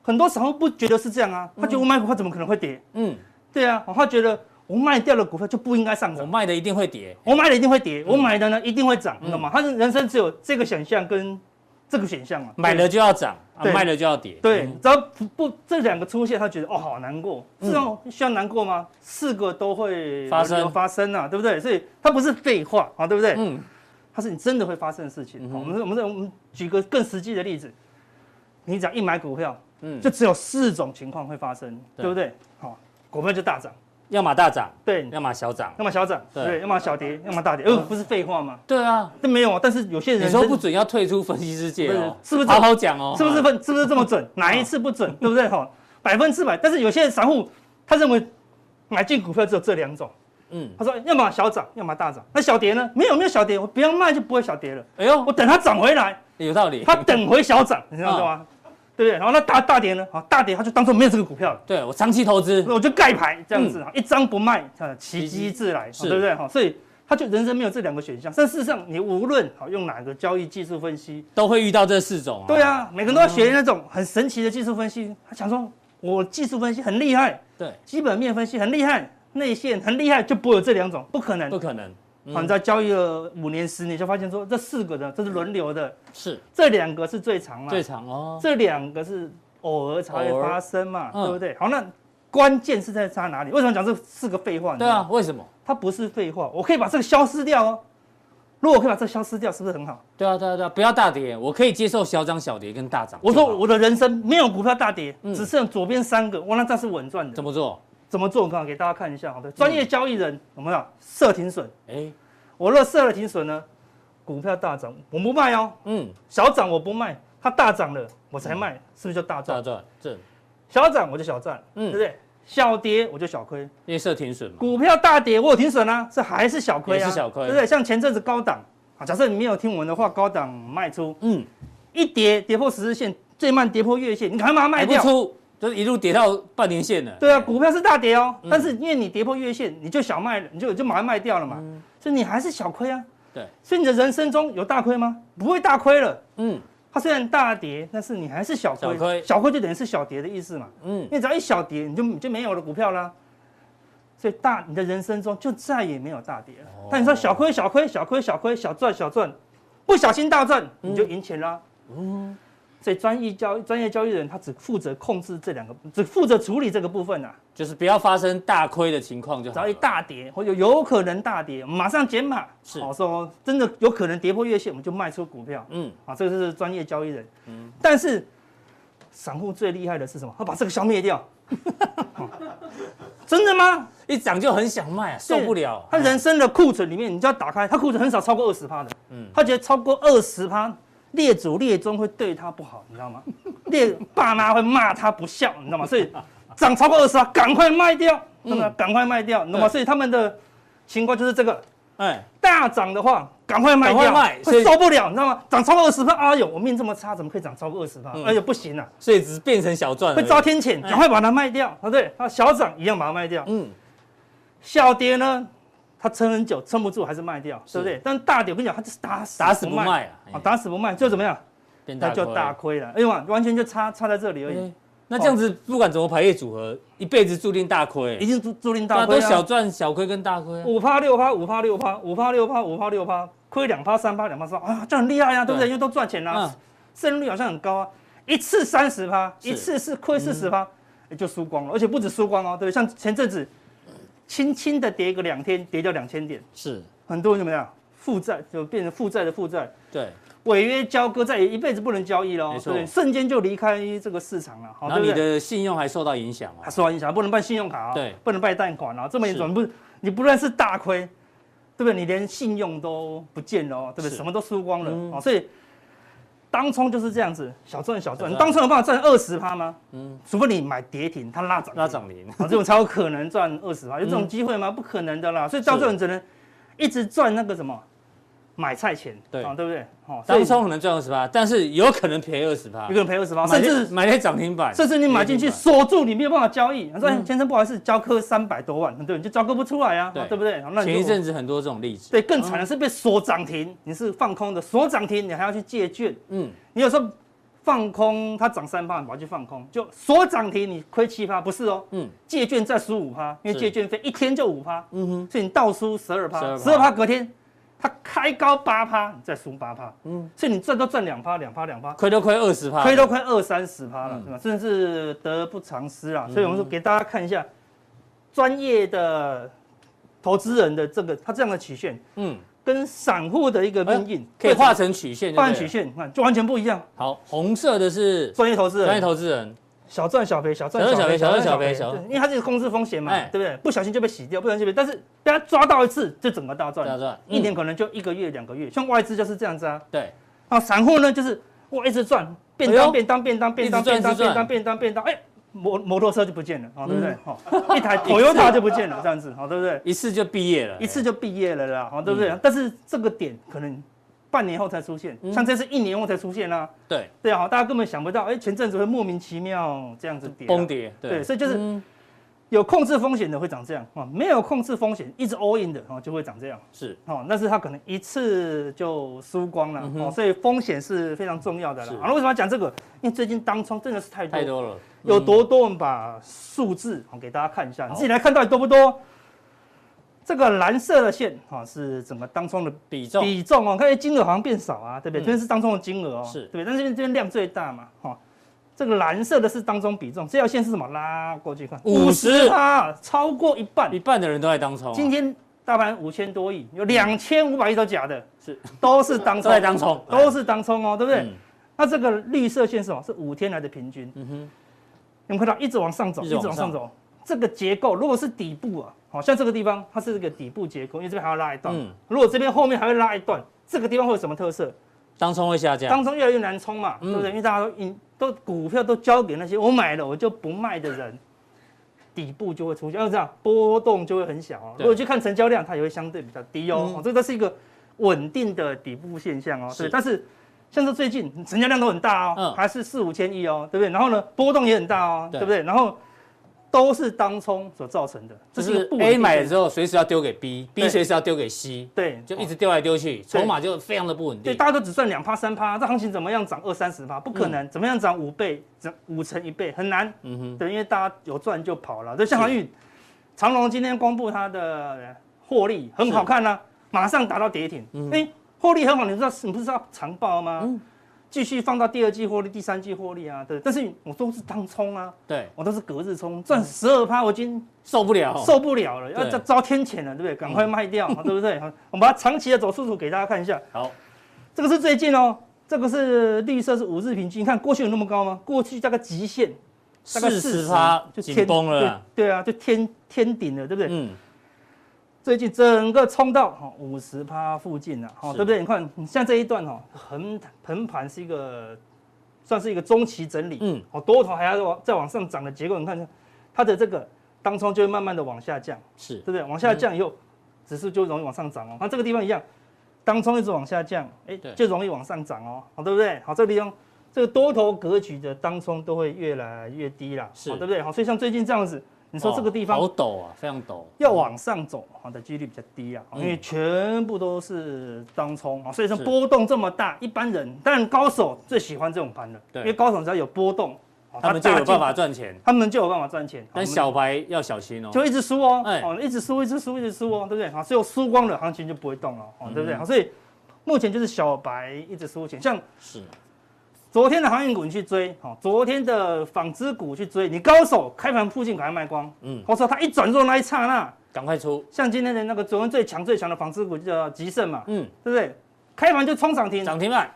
[SPEAKER 3] 很多时候不觉得是这样啊，他觉得我买股票怎么可能会跌？
[SPEAKER 2] 不是？嗯，
[SPEAKER 3] 对啊，他觉得我卖掉了股票就不应该上
[SPEAKER 2] 我
[SPEAKER 3] 涨。
[SPEAKER 2] 卖的一定会跌，
[SPEAKER 3] 我买的一定会跌，
[SPEAKER 2] 嗯
[SPEAKER 3] 我买的呢一定会涨，你懂吗？他的人生只有这个选项跟这个选项嘛，
[SPEAKER 2] 买了就要涨，啊
[SPEAKER 3] 对
[SPEAKER 2] 卖了就要跌，
[SPEAKER 3] 对，
[SPEAKER 2] 嗯
[SPEAKER 3] 只要不不这两个出现，他觉得哦好难过，这种需要难过吗？四个都会
[SPEAKER 2] 发生
[SPEAKER 3] 有发生啊，对不对？所以它不是废话啊，对不对？
[SPEAKER 2] 嗯，
[SPEAKER 3] 它是你真的会发生的事情。好我们我们我们举个更实际的例子，你只要一买股票，
[SPEAKER 2] 嗯
[SPEAKER 3] 就只有四种情况会发生，
[SPEAKER 2] 对
[SPEAKER 3] 对不对？好，股票就大涨，
[SPEAKER 2] 要么大涨，
[SPEAKER 3] 对，
[SPEAKER 2] 要么小涨。
[SPEAKER 3] 要么小涨，
[SPEAKER 2] 嗯对
[SPEAKER 3] 对，要么小跌，要么大跌，呃，不是废话吗？
[SPEAKER 2] 对啊，
[SPEAKER 3] 这没有，但是有些人
[SPEAKER 2] 你说
[SPEAKER 3] 真
[SPEAKER 2] 不准要退出分析世界哦，
[SPEAKER 3] 不是是不是
[SPEAKER 2] 好好讲哦？
[SPEAKER 3] 是不是分是不是这么准？哪一次不准，对不对？哈，百分之百。但是有些散户他认为买进股票只有这两种，
[SPEAKER 2] 嗯，
[SPEAKER 3] 他说要么小涨，要么大涨。那小跌呢？没有没有小跌，我不要卖就不会小跌了，
[SPEAKER 2] 哎呦
[SPEAKER 3] 我，等它涨回来，
[SPEAKER 2] 有道理。
[SPEAKER 3] 它等回小涨，你知道吗？
[SPEAKER 2] 哦
[SPEAKER 3] 对不对？然后那大大跌呢？好，大跌它就当做没有这个股票了。
[SPEAKER 2] 对我长期投资，
[SPEAKER 3] 我就盖牌这样子，一张不卖，啊，奇迹自来，
[SPEAKER 2] 嗯
[SPEAKER 3] 哦
[SPEAKER 2] 是
[SPEAKER 3] 对不对？哈，所以他就人生没有这两个选项。但事实上，你无论好用哪个交易技术分析，
[SPEAKER 2] 都会遇到这四种啊。
[SPEAKER 3] 对，啊，每个人都要学那种很神奇的技术分析。他想说，我技术分析很厉害，
[SPEAKER 2] 对，
[SPEAKER 3] 基本面分析很厉害，内线很厉害，就不会有这两种，不可能
[SPEAKER 2] 不。嗯可能，
[SPEAKER 3] 好，你知道交易了五年、十年，就发现说这四个的这是轮流的，
[SPEAKER 2] 是
[SPEAKER 3] 这两个是最长嘛，
[SPEAKER 2] 嗯最长哦。
[SPEAKER 3] 这两个是偶尔才会发生嘛，
[SPEAKER 2] 偶尔嗯
[SPEAKER 3] 对不对？好，那关键是在差哪里？为什么讲这四个废话？你知
[SPEAKER 2] 对
[SPEAKER 3] 道
[SPEAKER 2] 啊
[SPEAKER 3] 吗，，
[SPEAKER 2] 为什么？
[SPEAKER 3] 它不是废话，我可以把这个消失掉哦。如果我可以把这个消失掉，是不是很好？
[SPEAKER 2] 对啊，对啊，对啊，不要大跌，我可以接受小涨、小跌跟大涨
[SPEAKER 3] 我
[SPEAKER 2] 就好。
[SPEAKER 3] 说我的人生没有股票大跌，
[SPEAKER 2] 嗯
[SPEAKER 3] 只剩左边三个，哇，那这样是稳赚的。
[SPEAKER 2] 怎
[SPEAKER 3] 怎么
[SPEAKER 2] 么嗯做？
[SPEAKER 3] 怎么做？我刚好给大家看一下，好的，专业交易人有没有设停损？
[SPEAKER 2] 哎，
[SPEAKER 3] 我若设了停损呢，股票大涨我不卖哦，
[SPEAKER 2] 嗯，
[SPEAKER 3] 小涨我不卖，它大涨了我才卖，是不是就大
[SPEAKER 2] 大
[SPEAKER 3] 赚？
[SPEAKER 2] 赚正，
[SPEAKER 3] 小涨我就小赚，
[SPEAKER 2] 嗯
[SPEAKER 3] 对不对？小跌我就小亏，
[SPEAKER 2] 因为设停损嘛。
[SPEAKER 3] 股票大跌，我有停损啊，这还是小亏啊，
[SPEAKER 2] 也是小亏
[SPEAKER 3] 对不对？像前阵子高档啊，假设你没有听我们的话，高档卖出，
[SPEAKER 2] 嗯，
[SPEAKER 3] 一跌跌破十日线，最慢跌破月线，你赶快把它卖
[SPEAKER 2] 还不
[SPEAKER 3] 掉。
[SPEAKER 2] 出，就是一路跌到半年线了。
[SPEAKER 3] 对啊，股票是大跌哦
[SPEAKER 2] 嗯，
[SPEAKER 3] 但是因为你跌破月线，你就小卖了，你就就马上卖掉了嘛，
[SPEAKER 2] 嗯
[SPEAKER 3] 所以你还是小亏啊。
[SPEAKER 2] 对，
[SPEAKER 3] 所以你的人生中有大亏吗？不会大亏了。
[SPEAKER 2] 嗯
[SPEAKER 3] 它虽然大跌，但是你还是小亏，
[SPEAKER 2] 小亏
[SPEAKER 3] 就等于是小跌的意思嘛。
[SPEAKER 2] 嗯
[SPEAKER 3] 因，为只要一小跌，你就你就没有了股票啦。所以大你的人生中就再也没有大跌了。
[SPEAKER 2] 哦
[SPEAKER 3] 但你说小亏小亏小亏小亏小赚小赚，不小心大赚
[SPEAKER 2] 嗯
[SPEAKER 3] 你就赢钱啦。所以专业交专业交易人他只负责控制这两个，只负责处理这个部分啊。
[SPEAKER 2] 就是不要发生大亏的情况就
[SPEAKER 3] 只
[SPEAKER 2] 好
[SPEAKER 3] 要一
[SPEAKER 2] 了。
[SPEAKER 3] 大跌或者有可能大跌，马上减码。
[SPEAKER 2] 是
[SPEAKER 3] 好说真的有可能跌破月线，我们就卖出股票。
[SPEAKER 2] 嗯，
[SPEAKER 3] 啊，这个是专业交易人。但是散户最厉害的是什么？他把这个消灭掉。 哦真的吗？
[SPEAKER 2] 一涨就很想卖啊，受不了。
[SPEAKER 3] 他人生的库存里面，你就要打开，他库存很少超过二十趴的。
[SPEAKER 2] 嗯
[SPEAKER 3] 他觉得超过二十趴，列祖列宗会对他不好，你知道吗？列爸妈会骂他不孝，你知道吗？所以涨超过二十趴，赶快卖掉，那么赶快卖掉，那么
[SPEAKER 2] 嗯对
[SPEAKER 3] 所以他们的情况就是这个。
[SPEAKER 2] 哎，
[SPEAKER 3] 大涨的话，赶快卖
[SPEAKER 2] 赶快
[SPEAKER 3] 掉，
[SPEAKER 2] 卖所以
[SPEAKER 3] 会受不了，你知道吗？涨超过二十趴，哎呦，我命这么差，怎么可以涨超过二十趴？
[SPEAKER 2] 嗯
[SPEAKER 3] 哎呦，不行啊，
[SPEAKER 2] 所以只变成小赚而
[SPEAKER 3] 会
[SPEAKER 2] 已。
[SPEAKER 3] 遭天谴，赶快把它卖掉，对不对？啊，小涨一样把它卖掉，
[SPEAKER 2] 嗯，
[SPEAKER 3] 小跌呢，它撑很久，撑不住还是卖掉，对不对？但大跌，我跟你讲，它就是打死
[SPEAKER 2] 打死不卖啊哎
[SPEAKER 3] 啊，打死不卖就怎么样？
[SPEAKER 2] 变
[SPEAKER 3] 那
[SPEAKER 2] 大
[SPEAKER 3] 就
[SPEAKER 2] 亏。
[SPEAKER 3] 大亏了，哎呦嘛，完全就差差在这里而已
[SPEAKER 2] 哎，那这样子不管怎么排列组合，一辈子注定大亏。
[SPEAKER 3] 已经注注定
[SPEAKER 2] 大
[SPEAKER 3] 大
[SPEAKER 2] 啊家都
[SPEAKER 3] 亏啊哦
[SPEAKER 2] 小
[SPEAKER 3] 了，
[SPEAKER 2] 赚小亏跟大亏啊。
[SPEAKER 3] 五趴六趴五趴六趴五趴六趴五趴六趴，亏两趴三趴两趴三趴，啊，这很厉害呀，对不
[SPEAKER 2] 对
[SPEAKER 3] 对？因为都赚钱啦
[SPEAKER 2] 嗯，
[SPEAKER 3] 胜率好像很高啊，一次三十趴，
[SPEAKER 2] 是嗯
[SPEAKER 3] 一次是亏四十趴，也就输光了，而且不止输光哦，对不对，像前阵子轻轻的跌个两天，跌掉两千点，
[SPEAKER 2] 是，
[SPEAKER 3] 很多人怎么样，负债就变成负债的负债，
[SPEAKER 2] 对。
[SPEAKER 3] 违约交割再也一辈子不能交易喽
[SPEAKER 2] 没，错
[SPEAKER 3] 对不对，瞬间就离开这个市场了，好，
[SPEAKER 2] 然后
[SPEAKER 3] 哦对
[SPEAKER 2] 你
[SPEAKER 3] 不对？
[SPEAKER 2] 的信用还受到影响哦
[SPEAKER 3] 啊，。受到影响，不能办信用卡、哦，
[SPEAKER 2] 对，
[SPEAKER 3] 不能办贷款啊、这么严
[SPEAKER 2] 是
[SPEAKER 3] 重，你不你不但是大亏，对不对？你连信用都不见了、哦，对不
[SPEAKER 2] 是
[SPEAKER 3] 对？什么都输光了啊、
[SPEAKER 2] 嗯
[SPEAKER 3] 哦所以当冲就是这样子，小赚小
[SPEAKER 2] 小
[SPEAKER 3] 赚。
[SPEAKER 2] 赚
[SPEAKER 3] 你当冲有办法赚二十趴吗？
[SPEAKER 2] 啊嗯
[SPEAKER 3] 嗯，除非你买跌停，它拉涨，
[SPEAKER 2] 那涨停，
[SPEAKER 3] 啊，这种才有可能赚二十趴，有
[SPEAKER 2] 嗯
[SPEAKER 3] 这种机会吗？不可能的啦。所以到最后你只能一直赚那个什么买菜钱，
[SPEAKER 2] 对
[SPEAKER 3] 啊，对不对？哦，所以
[SPEAKER 2] 当冲可能赚二十八，但是有可能赔二十八
[SPEAKER 3] 一个，人赔二十趴，
[SPEAKER 2] 买
[SPEAKER 3] 甚
[SPEAKER 2] 在
[SPEAKER 3] 至
[SPEAKER 2] 买在涨停板，
[SPEAKER 3] 甚至你买进去
[SPEAKER 2] 跌停板
[SPEAKER 3] 锁住，你没有办法交易。他说：“哎
[SPEAKER 2] 嗯
[SPEAKER 3] 先生，不好意思，交割三百多万，对，你就交割不出来啊，
[SPEAKER 2] 对
[SPEAKER 3] 对不对？”那你
[SPEAKER 2] 前
[SPEAKER 3] 就
[SPEAKER 2] 一阵子很多这种例子，
[SPEAKER 3] 对更惨的是被锁涨停，你是放空的，锁涨停你还要去借券，
[SPEAKER 2] 嗯，
[SPEAKER 3] 你有时候放空它涨三趴，你跑去放空，就锁涨停你亏七趴，不是哦，
[SPEAKER 2] 嗯
[SPEAKER 3] 嗯，借券再输五趴，因为
[SPEAKER 2] 是
[SPEAKER 3] 借券费一天就五趴，
[SPEAKER 2] 嗯哼，
[SPEAKER 3] 所以你倒输十二趴，
[SPEAKER 2] 12%
[SPEAKER 3] 十二趴隔天它开高八趴，你再输八趴，嗯，所以你赚都赚两趴，两趴，两趴，
[SPEAKER 2] 亏都亏二十趴，
[SPEAKER 3] 亏都快二三十趴了
[SPEAKER 2] 啊嗯，
[SPEAKER 3] 对吧？甚至得不偿失啊！所以我们说给大家看一下专业的投资人的这个他这样的曲线，
[SPEAKER 2] 嗯，
[SPEAKER 3] 跟散户的一个
[SPEAKER 2] 哎
[SPEAKER 3] 命运
[SPEAKER 2] 可以画
[SPEAKER 3] 成
[SPEAKER 2] 成曲线，
[SPEAKER 3] 画成曲。线，你看就完全不一样。
[SPEAKER 2] 好，红色的是
[SPEAKER 3] 专业投资人，
[SPEAKER 2] 专业投资人，
[SPEAKER 3] 小赚小赔，小赚
[SPEAKER 2] 小赚
[SPEAKER 3] 赔，
[SPEAKER 2] 小赔
[SPEAKER 3] 赚
[SPEAKER 2] 小赚小赔
[SPEAKER 3] 对因为它是控制风险嘛
[SPEAKER 2] 哎，
[SPEAKER 3] 对不对？不小心就被洗掉，不小心被，但是被它抓到一次，就整个大赚，
[SPEAKER 2] 大赚嗯
[SPEAKER 3] 一年可能就一个月、两个月，像外资就是这样子啊。
[SPEAKER 2] 对，
[SPEAKER 3] 然后散户呢，就是哇一直赚，便
[SPEAKER 2] 哎
[SPEAKER 3] 当
[SPEAKER 2] 呦
[SPEAKER 3] 便当便当便当
[SPEAKER 2] 一直赚
[SPEAKER 3] 便当
[SPEAKER 2] 一直赚
[SPEAKER 3] 便当便当便当，哎，摩摩托车就不见了，哦，对不对
[SPEAKER 2] 嗯？
[SPEAKER 3] 哦，一 台 Toyota 就不见了，这样子，哦，对不对？
[SPEAKER 2] 一次就毕业了，
[SPEAKER 3] 一次
[SPEAKER 2] 就
[SPEAKER 3] 就毕业了啦，哦，对不对
[SPEAKER 2] 嗯？
[SPEAKER 3] 但是这个点可能半年后才出现，
[SPEAKER 2] 嗯
[SPEAKER 3] 像这次一年后才出现啦。
[SPEAKER 2] 对
[SPEAKER 3] 对啊，大家根本想不到，哎，前阵子会莫名其妙这样子跌啊，
[SPEAKER 2] 崩跌，
[SPEAKER 3] 对，所以就是
[SPEAKER 2] 嗯
[SPEAKER 3] 有控制风险的会长这样啊，没有控制风险一直 all in 的啊就会长这样
[SPEAKER 2] 是
[SPEAKER 3] 哦，但是他可能一次就输光了
[SPEAKER 2] 嗯哼
[SPEAKER 3] 哦，所以风险是非常重要的
[SPEAKER 2] 是
[SPEAKER 3] 啦。啊，那为什么要讲这个？因为最近当冲真的是太多
[SPEAKER 2] 太多了，
[SPEAKER 3] 有
[SPEAKER 2] 嗯
[SPEAKER 3] 多多，我们把数字哦给大家看一下，
[SPEAKER 2] 好
[SPEAKER 3] 你自己来看到底多不多。这个蓝色的线啊是整个当冲的
[SPEAKER 2] 比重
[SPEAKER 3] 比重哦，看哎金额好像变少啊，对不对？
[SPEAKER 2] 嗯
[SPEAKER 3] 这边是当中的金额哦，
[SPEAKER 2] 是
[SPEAKER 3] 对不对？但是这边这边量最大嘛，哈、哦，这个蓝色的是当中比重，这条线是什么？拉过去看，
[SPEAKER 2] 50
[SPEAKER 3] 啊，超过一半
[SPEAKER 2] 一。半的人都在当冲啊，
[SPEAKER 3] 今天大盘五千多亿，有两千五百亿都假的，
[SPEAKER 2] 是
[SPEAKER 3] 都是当
[SPEAKER 2] 都
[SPEAKER 3] 冲，
[SPEAKER 2] 在当冲，哎
[SPEAKER 3] 都是当冲哦，对不对？
[SPEAKER 2] 嗯
[SPEAKER 3] 那这个绿色线是什么？是五天来的平均。
[SPEAKER 2] 嗯哼，
[SPEAKER 3] 你们看到一直往上走，
[SPEAKER 2] 一
[SPEAKER 3] 一
[SPEAKER 2] 直
[SPEAKER 3] 直
[SPEAKER 2] 往上
[SPEAKER 3] 往上走。这个结构如果是底部啊，好像这个地方它是一个底部结构，因为这边还要拉一段。
[SPEAKER 2] 嗯
[SPEAKER 3] 如果这边后面还会拉一段，这个地方会有什么特色？
[SPEAKER 2] 当冲会下降，
[SPEAKER 3] 当中越来越难冲嘛，
[SPEAKER 2] 嗯
[SPEAKER 3] 对不对？因为大家都引都股票都交给那些我买了我就不卖的人，底部就会出现，哦要这样波动就会很小哦。
[SPEAKER 2] 对
[SPEAKER 3] 如果去看成交量，它也会相对比较低哦。
[SPEAKER 2] 嗯
[SPEAKER 3] 哦这都是一个稳定的底部现象哦。
[SPEAKER 2] 是
[SPEAKER 3] 对，但是像是最近成交量都很大哦，
[SPEAKER 2] 嗯
[SPEAKER 3] 还是四五千亿哦，对不对？然后呢，波动也很大哦，
[SPEAKER 2] 对
[SPEAKER 3] 对不对？然后都是当冲所造成的，
[SPEAKER 2] 就
[SPEAKER 3] 这是一个
[SPEAKER 2] 是
[SPEAKER 3] 不稳定
[SPEAKER 2] A 买了
[SPEAKER 3] 现
[SPEAKER 2] 之后，随时要丢给 B，B
[SPEAKER 3] 对
[SPEAKER 2] 随时要丢给 C，
[SPEAKER 3] 对，
[SPEAKER 2] 就一
[SPEAKER 3] 哦
[SPEAKER 2] 直丢来丢去，筹码就非常的不稳
[SPEAKER 3] 对，
[SPEAKER 2] 定。
[SPEAKER 3] 大家都只赚两趴三趴，这行情怎么样涨二三十趴？不可能，怎么样涨五倍、涨五成一倍很难。
[SPEAKER 2] 嗯哼，
[SPEAKER 3] 对，因为大家有赚就跑了。这像航运，长隆今天公布它的获利很好看呢、啊马上达到跌停。
[SPEAKER 2] 嗯
[SPEAKER 3] 哎、获利很好，你知道你不是要长报吗？继续放到第二季获利、第三季获利啊，对。但是我都是当冲啊，
[SPEAKER 2] 对，
[SPEAKER 3] 我都是隔日冲，赚十二趴，我已经
[SPEAKER 2] 受不了，
[SPEAKER 3] 受不了了，
[SPEAKER 2] 嗯哦对嗯
[SPEAKER 3] 要遭遭天谴了，对不对？赶快卖掉，对不对？ 好我们把它长期的走速图给大家看一下。
[SPEAKER 2] 好，
[SPEAKER 3] 这个是最近哦，这个是绿色是五日平均，你看过去有那么高吗？过去大概极限大概
[SPEAKER 2] 四十
[SPEAKER 3] 40
[SPEAKER 2] 趴
[SPEAKER 3] 就
[SPEAKER 2] 紧绷了啦。
[SPEAKER 3] 对，对啊，就天天顶了，对不对？
[SPEAKER 2] 嗯，
[SPEAKER 3] 最近整个冲到哈五十趴附近了、啊，哦，
[SPEAKER 2] 是
[SPEAKER 3] 对不对？你看，你像这一段哈、哦，横横盘是一个算是一个中期整理，
[SPEAKER 2] 嗯
[SPEAKER 3] 嗯，哦，多头还要往再往上涨的结构，你看它的这个当冲就会慢慢的往下降，
[SPEAKER 2] 是
[SPEAKER 3] 对不对？往
[SPEAKER 2] 嗯
[SPEAKER 3] 下降以后，指数就容易往上涨哦。那这个地方一样，当冲一直往下降，哎
[SPEAKER 2] 对，
[SPEAKER 3] 就容易往上涨哦，好，对不对？好，这个地方这个多头格局的当冲都会越来越低啦，
[SPEAKER 2] 是哦
[SPEAKER 3] 好对不对？好，所以像最近这样子，你说这个地方哦
[SPEAKER 2] 哇好陡啊，非常陡，
[SPEAKER 3] 要往上走好的几率比较低啊，
[SPEAKER 2] 嗯
[SPEAKER 3] 因为全部都是当冲啊，所以说
[SPEAKER 2] 是
[SPEAKER 3] 波动这么大，一般人但高手最喜欢这种盘了，
[SPEAKER 2] 对
[SPEAKER 3] 因为高手只要有波动，哦
[SPEAKER 2] 他们就有办，
[SPEAKER 3] 大
[SPEAKER 2] 法
[SPEAKER 3] 进
[SPEAKER 2] 赚钱，
[SPEAKER 3] 他们就有办法赚钱。
[SPEAKER 2] 但
[SPEAKER 3] 好
[SPEAKER 2] 小牌要小心哦
[SPEAKER 3] 我。们就一直输哦，
[SPEAKER 2] 哎
[SPEAKER 3] 哦，一直输，一直输，一直输哦，对不对？好，只有输光了，行情就不会动了，哦，对不对？
[SPEAKER 2] 嗯
[SPEAKER 3] 好，所以目前就是小白一直输钱，像
[SPEAKER 2] 是，
[SPEAKER 3] 昨天的航运股你去追，好，昨天的纺织股去追，你高手开盘附近赶快卖光，
[SPEAKER 2] 嗯，
[SPEAKER 3] 或者说他一转弱那一刹那。
[SPEAKER 2] 赶快出，
[SPEAKER 3] 像今天的那个昨天最强最强的纺织股就叫吉盛嘛，
[SPEAKER 2] 嗯，
[SPEAKER 3] 对不对？开盘就冲涨停，
[SPEAKER 2] 涨停板，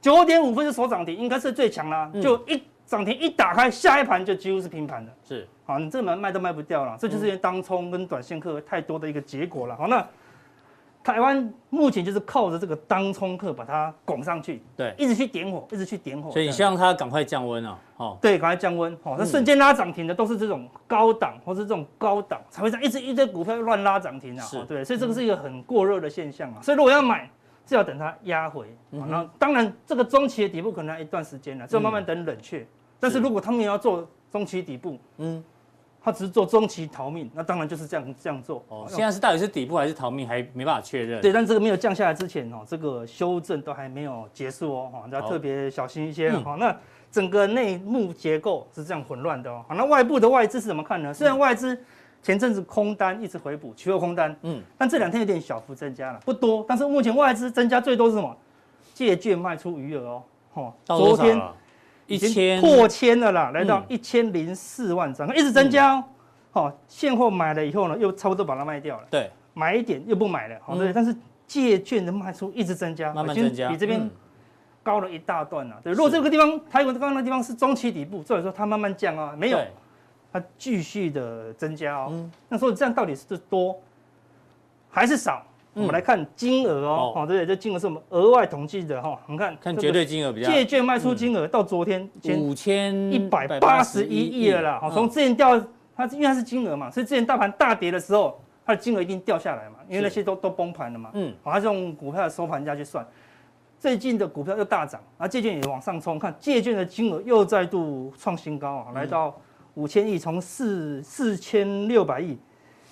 [SPEAKER 3] 九点五分就锁涨停，应该是最强啦。
[SPEAKER 2] 嗯
[SPEAKER 3] 就一涨停一打开，下一盘就几乎是平盘的。
[SPEAKER 2] 是
[SPEAKER 3] 好，你这门卖都卖不掉了，这就
[SPEAKER 2] 嗯
[SPEAKER 3] 是因为当冲跟短线客太多的一个结果了。好，那台湾目前就是靠着这个当冲客把它拱上去，
[SPEAKER 2] 对，
[SPEAKER 3] 一直去点火，一直去点火。
[SPEAKER 2] 所以你
[SPEAKER 3] 这样
[SPEAKER 2] 希望它赶快降温啊，哦，
[SPEAKER 3] 对，赶快降温。好、哦，那瞬间拉涨停的都是这种高档或是这种高档才会这样一直一堆股票乱拉涨停啊。
[SPEAKER 2] 是
[SPEAKER 3] 哦、对，所以这个是一个很过热的现象啊。所以如果要买，就要等它压回。
[SPEAKER 2] 嗯
[SPEAKER 3] 好，
[SPEAKER 2] 哼嗯
[SPEAKER 3] 那、当然这个中期的底部可能要一段时间了，就慢慢等冷却。但是如果他们也要做中期底部，
[SPEAKER 2] 嗯，
[SPEAKER 3] 他只是做中期逃命，那当然就是这样这样做。
[SPEAKER 2] 哦
[SPEAKER 3] 哦，，
[SPEAKER 2] 现在是到底是底部还是逃命，还没办法确认。
[SPEAKER 3] 对，但这个没有降下来之前哦，这个修正都还没有结束哦，哈，要
[SPEAKER 2] 好
[SPEAKER 3] 特别小心一些
[SPEAKER 2] 嗯
[SPEAKER 3] 哦。那整个内幕结构是这样混乱的哦。好，那外部的外资是怎么看呢？虽然外资前阵子空单一直回补，期货空单，
[SPEAKER 2] 嗯
[SPEAKER 3] 嗯，但这两天有点小幅增加了，不多。但是目前外资增加最多是什么？借券卖出余额哦，哦，
[SPEAKER 2] 到多
[SPEAKER 3] 昨
[SPEAKER 2] 少
[SPEAKER 3] 天
[SPEAKER 2] 了？
[SPEAKER 3] 已
[SPEAKER 2] 一
[SPEAKER 3] 经
[SPEAKER 2] 千
[SPEAKER 3] 破千了啦，来到
[SPEAKER 2] 嗯
[SPEAKER 3] 一千零四万张，一直增加哦。哦，现货买了以后呢，又差不多把它卖掉了。
[SPEAKER 2] 对，
[SPEAKER 3] 买一点又不买了，好、
[SPEAKER 2] 嗯
[SPEAKER 3] 对，但是借券的卖出一直增加，
[SPEAKER 2] 慢慢
[SPEAKER 3] 已经
[SPEAKER 2] 增加，
[SPEAKER 3] 比这边
[SPEAKER 2] 嗯
[SPEAKER 3] 高了一大段啊。对，如果
[SPEAKER 2] 是
[SPEAKER 3] 这个地方台股刚刚那个地方是中期底部，照理说它慢慢降啊，没有
[SPEAKER 2] 对，
[SPEAKER 3] 它继续的增加哦。
[SPEAKER 2] 嗯
[SPEAKER 3] 那所以这样到底是多还是少？我们来看金额哦，
[SPEAKER 2] 嗯哦
[SPEAKER 3] 哦，对不对？这金额是我们额外统计的哈、哦。你看，
[SPEAKER 2] 看
[SPEAKER 3] 这个
[SPEAKER 2] 绝对金额比较
[SPEAKER 3] 借券卖出金额到昨天前
[SPEAKER 2] 五千
[SPEAKER 3] 嗯一百八十一
[SPEAKER 2] 啊
[SPEAKER 3] 亿嗯了啦。好，
[SPEAKER 2] 嗯
[SPEAKER 3] 从之前掉，它因为它是金额嘛，所以之前大盘大跌的时候，它的金额一定掉下来嘛，因为那些都都崩盘了嘛。
[SPEAKER 2] 嗯
[SPEAKER 3] 好，它是用股票的收盘价去算。最近的股票又大涨，啊，借券也往上冲，看借券的金额又再度创新高啊，来到五千亿，从四四千六百亿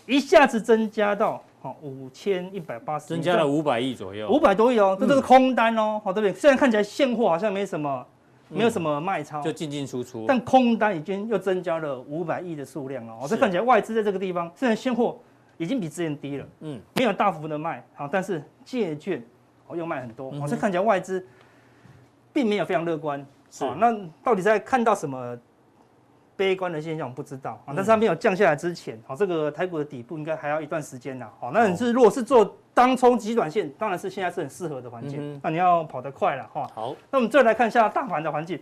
[SPEAKER 3] 一下子增加到好五千一百八十，
[SPEAKER 2] 增加了五百亿左右，
[SPEAKER 3] 五百多亿哦，这都是空单哦，好、对不对？虽然看起来现货好像没什么，没有什么卖超，
[SPEAKER 2] 就进进出出，
[SPEAKER 3] 但空单已经又增加了五百亿的数量哦，
[SPEAKER 2] 是
[SPEAKER 3] 这看起来外资在这个地方虽然现货已经比之前低了，
[SPEAKER 2] 嗯，
[SPEAKER 3] 没有大幅的卖，好，但是借券哦又卖很多，
[SPEAKER 2] 嗯
[SPEAKER 3] 哦，
[SPEAKER 2] 哼
[SPEAKER 3] 这看起来外资并没有非常乐观，
[SPEAKER 2] 是
[SPEAKER 3] 哦那到底在看到什么悲观的现象？我不知道
[SPEAKER 2] 嗯
[SPEAKER 3] 啊、哦但是它没有降下来之前，好、这个台股的底部应该还要一段时间呐。
[SPEAKER 2] 哦
[SPEAKER 3] 好、那你是如果是做当冲极短线，当然是现在是很适合的环境，
[SPEAKER 2] 嗯哼
[SPEAKER 3] 那你要跑得快了哈、哦
[SPEAKER 2] 好，
[SPEAKER 3] 那我们最后来看一下大盘的环境。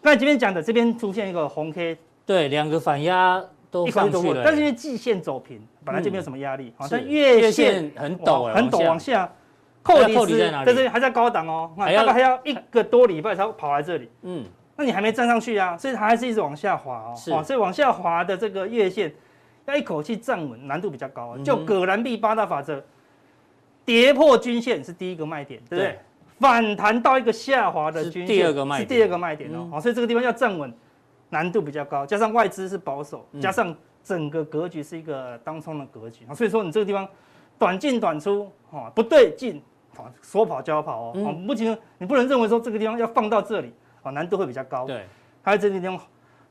[SPEAKER 3] 刚才这边讲的，这边出现一个红 K，
[SPEAKER 2] 对，两个反压都
[SPEAKER 3] 一口
[SPEAKER 2] 放
[SPEAKER 3] 就
[SPEAKER 2] 去
[SPEAKER 3] 过，
[SPEAKER 2] 了，嗯
[SPEAKER 3] 但是因为季线走平，本来就没有什么压力，好、但月
[SPEAKER 2] 月
[SPEAKER 3] 线
[SPEAKER 2] 线很陡
[SPEAKER 3] 陡
[SPEAKER 2] 哎，
[SPEAKER 3] 很陡往
[SPEAKER 2] 下，
[SPEAKER 3] 下。
[SPEAKER 2] 那
[SPEAKER 3] 扣
[SPEAKER 2] 它
[SPEAKER 3] 底
[SPEAKER 2] 扣
[SPEAKER 3] 是
[SPEAKER 2] 底在哪里
[SPEAKER 3] 在这里还在高档哦，那
[SPEAKER 2] 还要
[SPEAKER 3] 大概还要一个多礼拜才跑来这里，
[SPEAKER 2] 嗯，
[SPEAKER 3] 那你还没站上去啊，所以它还是一直往下滑哦，
[SPEAKER 2] 是
[SPEAKER 3] 哦所以往下滑的这个月线要一口气站稳，难度比较高哦、
[SPEAKER 2] 嗯哼
[SPEAKER 3] 就葛兰碧八大法则，跌破均线是第一个卖点，对不对？
[SPEAKER 2] 对
[SPEAKER 3] 反弹到一个下滑的
[SPEAKER 2] 是
[SPEAKER 3] 均线
[SPEAKER 2] 第二个卖点嗯
[SPEAKER 3] 是第二个卖点哦，好、所以这个地方要站稳，难度比较高，加上外资是保守，
[SPEAKER 2] 嗯
[SPEAKER 3] 加上整个格局是一个当冲的格局，所以说你这个地方短进短出，哦，不对劲，哦，说跑就要跑哦，
[SPEAKER 2] 嗯
[SPEAKER 3] 哦，不行，你不能认为说这个地方要放到这里，哦，难度会比较高，
[SPEAKER 2] 对，
[SPEAKER 3] 还有这个地方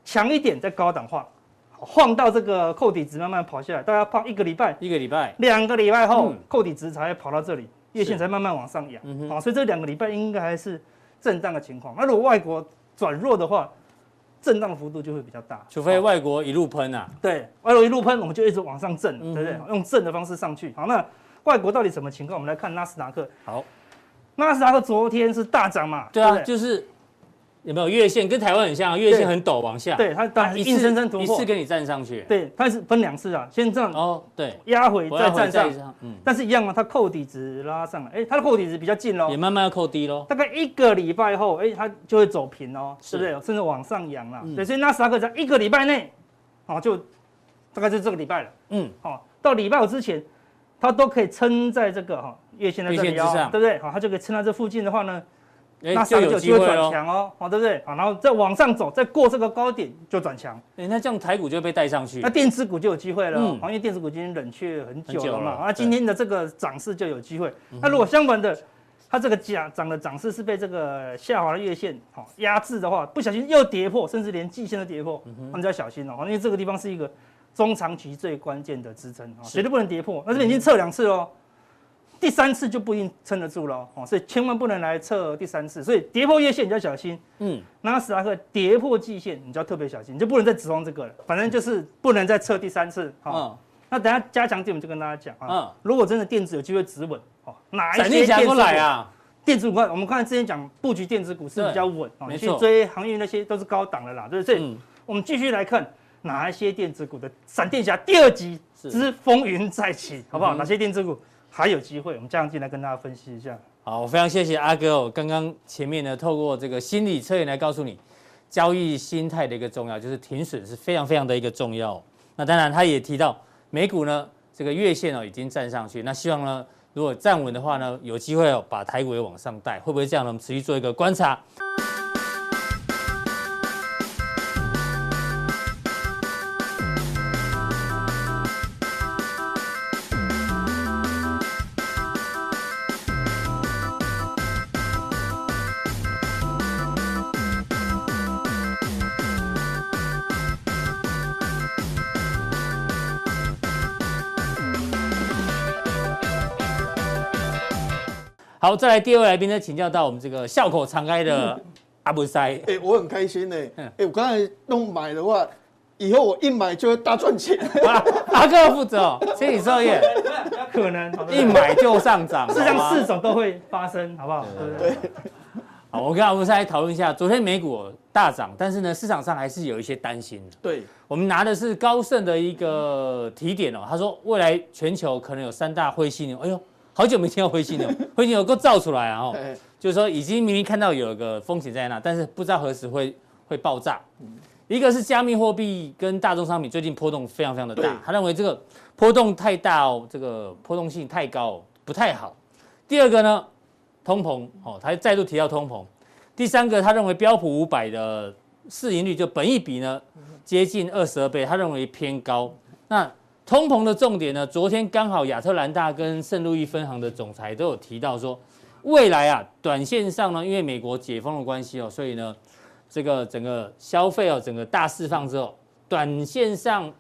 [SPEAKER 3] 强一点再高档化，好晃到这个扣底值慢慢跑下来，大概跑一个礼拜、
[SPEAKER 2] 一个礼拜，
[SPEAKER 3] 两个礼拜后，
[SPEAKER 2] 嗯
[SPEAKER 3] 扣底值才会跑到这里，月线才慢慢往上扬。哦
[SPEAKER 2] 嗯哼
[SPEAKER 3] 好、所以这两个礼拜应该还是震荡的情况。那如果外国转弱的话，震荡的幅度就会比较大，
[SPEAKER 2] 除非
[SPEAKER 3] 好
[SPEAKER 2] 外国一路喷啊，
[SPEAKER 3] 对外国一路喷，我们就一直往上震，
[SPEAKER 2] 嗯哼
[SPEAKER 3] 对不对？哦用震的方式上去。好，那外国到底什么情况？我们来看纳斯达克。
[SPEAKER 2] 好，
[SPEAKER 3] 纳斯达克昨天是大涨嘛？
[SPEAKER 2] 对啊，
[SPEAKER 3] 不
[SPEAKER 2] 就是有没有月线跟台湾很像啊，月线很陡往下，
[SPEAKER 3] 对它当然
[SPEAKER 2] 啊一
[SPEAKER 3] 硬
[SPEAKER 2] 次
[SPEAKER 3] 生生突
[SPEAKER 2] 一
[SPEAKER 3] 破
[SPEAKER 2] 次。给你站上去，
[SPEAKER 3] 对，它是分两次啊，先这样
[SPEAKER 2] 哦，对，
[SPEAKER 3] 压回
[SPEAKER 2] 我
[SPEAKER 3] 再
[SPEAKER 2] 要回
[SPEAKER 3] 站上，
[SPEAKER 2] 上，嗯，
[SPEAKER 3] 但是一样啊，它扣底值拉上来，哎、它的扣底值比较近
[SPEAKER 2] 也
[SPEAKER 3] 喽，
[SPEAKER 2] 慢慢要扣低喽，
[SPEAKER 3] 大概一个礼拜后，哎、它就会走平哦，
[SPEAKER 2] 是
[SPEAKER 3] 对不对？甚至往上扬啦。
[SPEAKER 4] 嗯
[SPEAKER 3] 对，所以纳斯达克在一个礼拜内，哦，就大概就是这个礼拜了，
[SPEAKER 2] 嗯，
[SPEAKER 3] 哦，到礼拜五之前，它都可以撑在这个哈、哦、月线在这里
[SPEAKER 2] 月线之
[SPEAKER 3] 哦
[SPEAKER 2] 上，
[SPEAKER 3] 对不对？好、它就可以撑在这附近的话呢，
[SPEAKER 2] 哎，就
[SPEAKER 3] 克
[SPEAKER 2] 有
[SPEAKER 3] 有
[SPEAKER 2] 机
[SPEAKER 3] 机会
[SPEAKER 2] 会
[SPEAKER 3] 转
[SPEAKER 2] 喽，
[SPEAKER 3] 强哦，好、对不对？好，然后再往上走，再过这个高点就转强。
[SPEAKER 2] 哎，那这样台股就会被带上去
[SPEAKER 3] 那，电子股就有机会了，哦
[SPEAKER 2] 嗯
[SPEAKER 3] 好，因为电子股已经冷却很久了
[SPEAKER 2] 很久了嗯
[SPEAKER 3] 嘛。那啊今天的这个涨势就有机会。那如果相反的，它这个涨涨的涨势是被这个下滑的月线好压制的话，不小心又跌破，甚至连季线都跌破，
[SPEAKER 2] 嗯
[SPEAKER 3] 那你就要小心了，哦因为这个地方是一个中长期最关键的支撑，哦
[SPEAKER 2] 是嗯
[SPEAKER 3] 绝对不能跌破。那这边已经测两次喽。第三次就不一定撑得住了哦，所以千万不能来测第三次。所以跌破月线你就要小心，
[SPEAKER 2] 嗯，
[SPEAKER 3] 纳斯达克跌破季线，你就要特别小心，你就不能再指望这个了。反正就是不能再测第三次。好、
[SPEAKER 2] 嗯，
[SPEAKER 3] 那等下加强点我们就跟大家讲啊。
[SPEAKER 2] 嗯
[SPEAKER 3] 如果真的电子有机会止稳，哦，哪一
[SPEAKER 2] 闪电
[SPEAKER 3] 些电
[SPEAKER 2] 侠
[SPEAKER 3] 子
[SPEAKER 2] 过
[SPEAKER 3] 股
[SPEAKER 2] 来？啊，
[SPEAKER 3] 电子股，我们刚才之前讲布局电子股是比较稳
[SPEAKER 2] 对
[SPEAKER 3] 哦，你
[SPEAKER 2] 没
[SPEAKER 3] 去
[SPEAKER 2] 错
[SPEAKER 3] 追航运那些都是高档的啦，对不对？所以
[SPEAKER 2] 嗯，
[SPEAKER 3] 我们继续来看哪一些电子股的闪电侠第二集
[SPEAKER 2] 是
[SPEAKER 3] 之风云再起，好不
[SPEAKER 2] 嗯
[SPEAKER 3] 好？
[SPEAKER 2] 哼
[SPEAKER 3] 哪些电子股还有机会？我们加强进来跟大家分析一下。
[SPEAKER 2] 好，我非常谢谢阿哥哦。刚刚前面呢，透过这个心理测验来告诉你，交易心态的一个重要，就是停损是非常非常的一个重要哦、那当然，他也提到美股呢，这个月线哦已经站上去，那希望呢，如果站稳的话呢，有机会哦把台股也往上带，会不会这样呢？我们持续做一个观察。好，再来第二位来宾呢，请教到我们这个笑口常开的阿布塞，
[SPEAKER 4] 哎、我很开心呢、
[SPEAKER 2] 嗯
[SPEAKER 4] 哎、我刚才弄买的话，以后我一买就会大赚钱。
[SPEAKER 2] 啊阿哥要负责哦，心理测验，
[SPEAKER 3] 可能好不好
[SPEAKER 2] 一买就上涨，哦
[SPEAKER 3] 事实上
[SPEAKER 2] 好吗
[SPEAKER 3] 四种都会发生，好不好？对不对？
[SPEAKER 2] 好，我刚刚我们再来讨论一下，昨天美股大涨，但是呢，市场上还是有一些担心的。
[SPEAKER 4] 对，
[SPEAKER 2] 我们拿的是高盛的一个提点哦，他说未来全球可能有三大灰犀牛。哎呦，好久没听到灰犀牛，灰犀牛够造出来啊！哦，
[SPEAKER 4] 哎
[SPEAKER 2] 就是说已经明明看到有个风险在那，但是不知道何时会会爆炸。一个是加密货币跟大宗商品最近波动非常非常的
[SPEAKER 4] 对
[SPEAKER 2] 大，他认为这个波动太大哦，这个波动性太高、哦、不太好。第二个呢，通膨哦，他再度提到通膨。第三个，他认为标普五百的市盈率就本益比呢接近二十二倍，他认为偏高。那通膨的重点呢，昨天刚好亚特兰大跟圣路易分行的总裁都有提到说，未来啊，短线上呢，因为美国解封的关系哦，所以呢，这个整个消费哦，整个大释放之后，短线上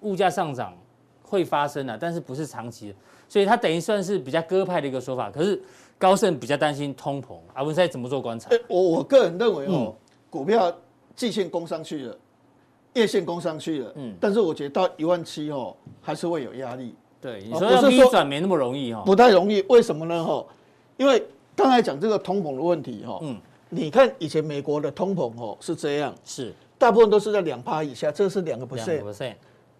[SPEAKER 2] 物价上涨会发生啊，但是不是长期的，所以它等于算是比较鸽派的一个说法。可是高盛比较担心通膨，阿文塞怎么做观察？
[SPEAKER 4] 哎，我我个人认为哦，股票季线攻上去了，月线攻上去了，
[SPEAKER 2] 嗯
[SPEAKER 4] 嗯，但是我觉得到一万七哦，还是会有压力，
[SPEAKER 2] 对，你
[SPEAKER 4] 哦
[SPEAKER 2] 说
[SPEAKER 4] 我
[SPEAKER 2] 要
[SPEAKER 4] 是
[SPEAKER 2] V
[SPEAKER 4] 说
[SPEAKER 2] 转没那么容易哦。
[SPEAKER 4] 不太容易。为什么呢？哈，因为刚才讲这个通膨的问题哈，
[SPEAKER 2] 嗯
[SPEAKER 4] 嗯，你看以前美国的通膨哦是这样，
[SPEAKER 2] 是
[SPEAKER 4] 大部分都是在两趴以下，这是两个
[SPEAKER 2] 两
[SPEAKER 4] percent，
[SPEAKER 2] 个 percent，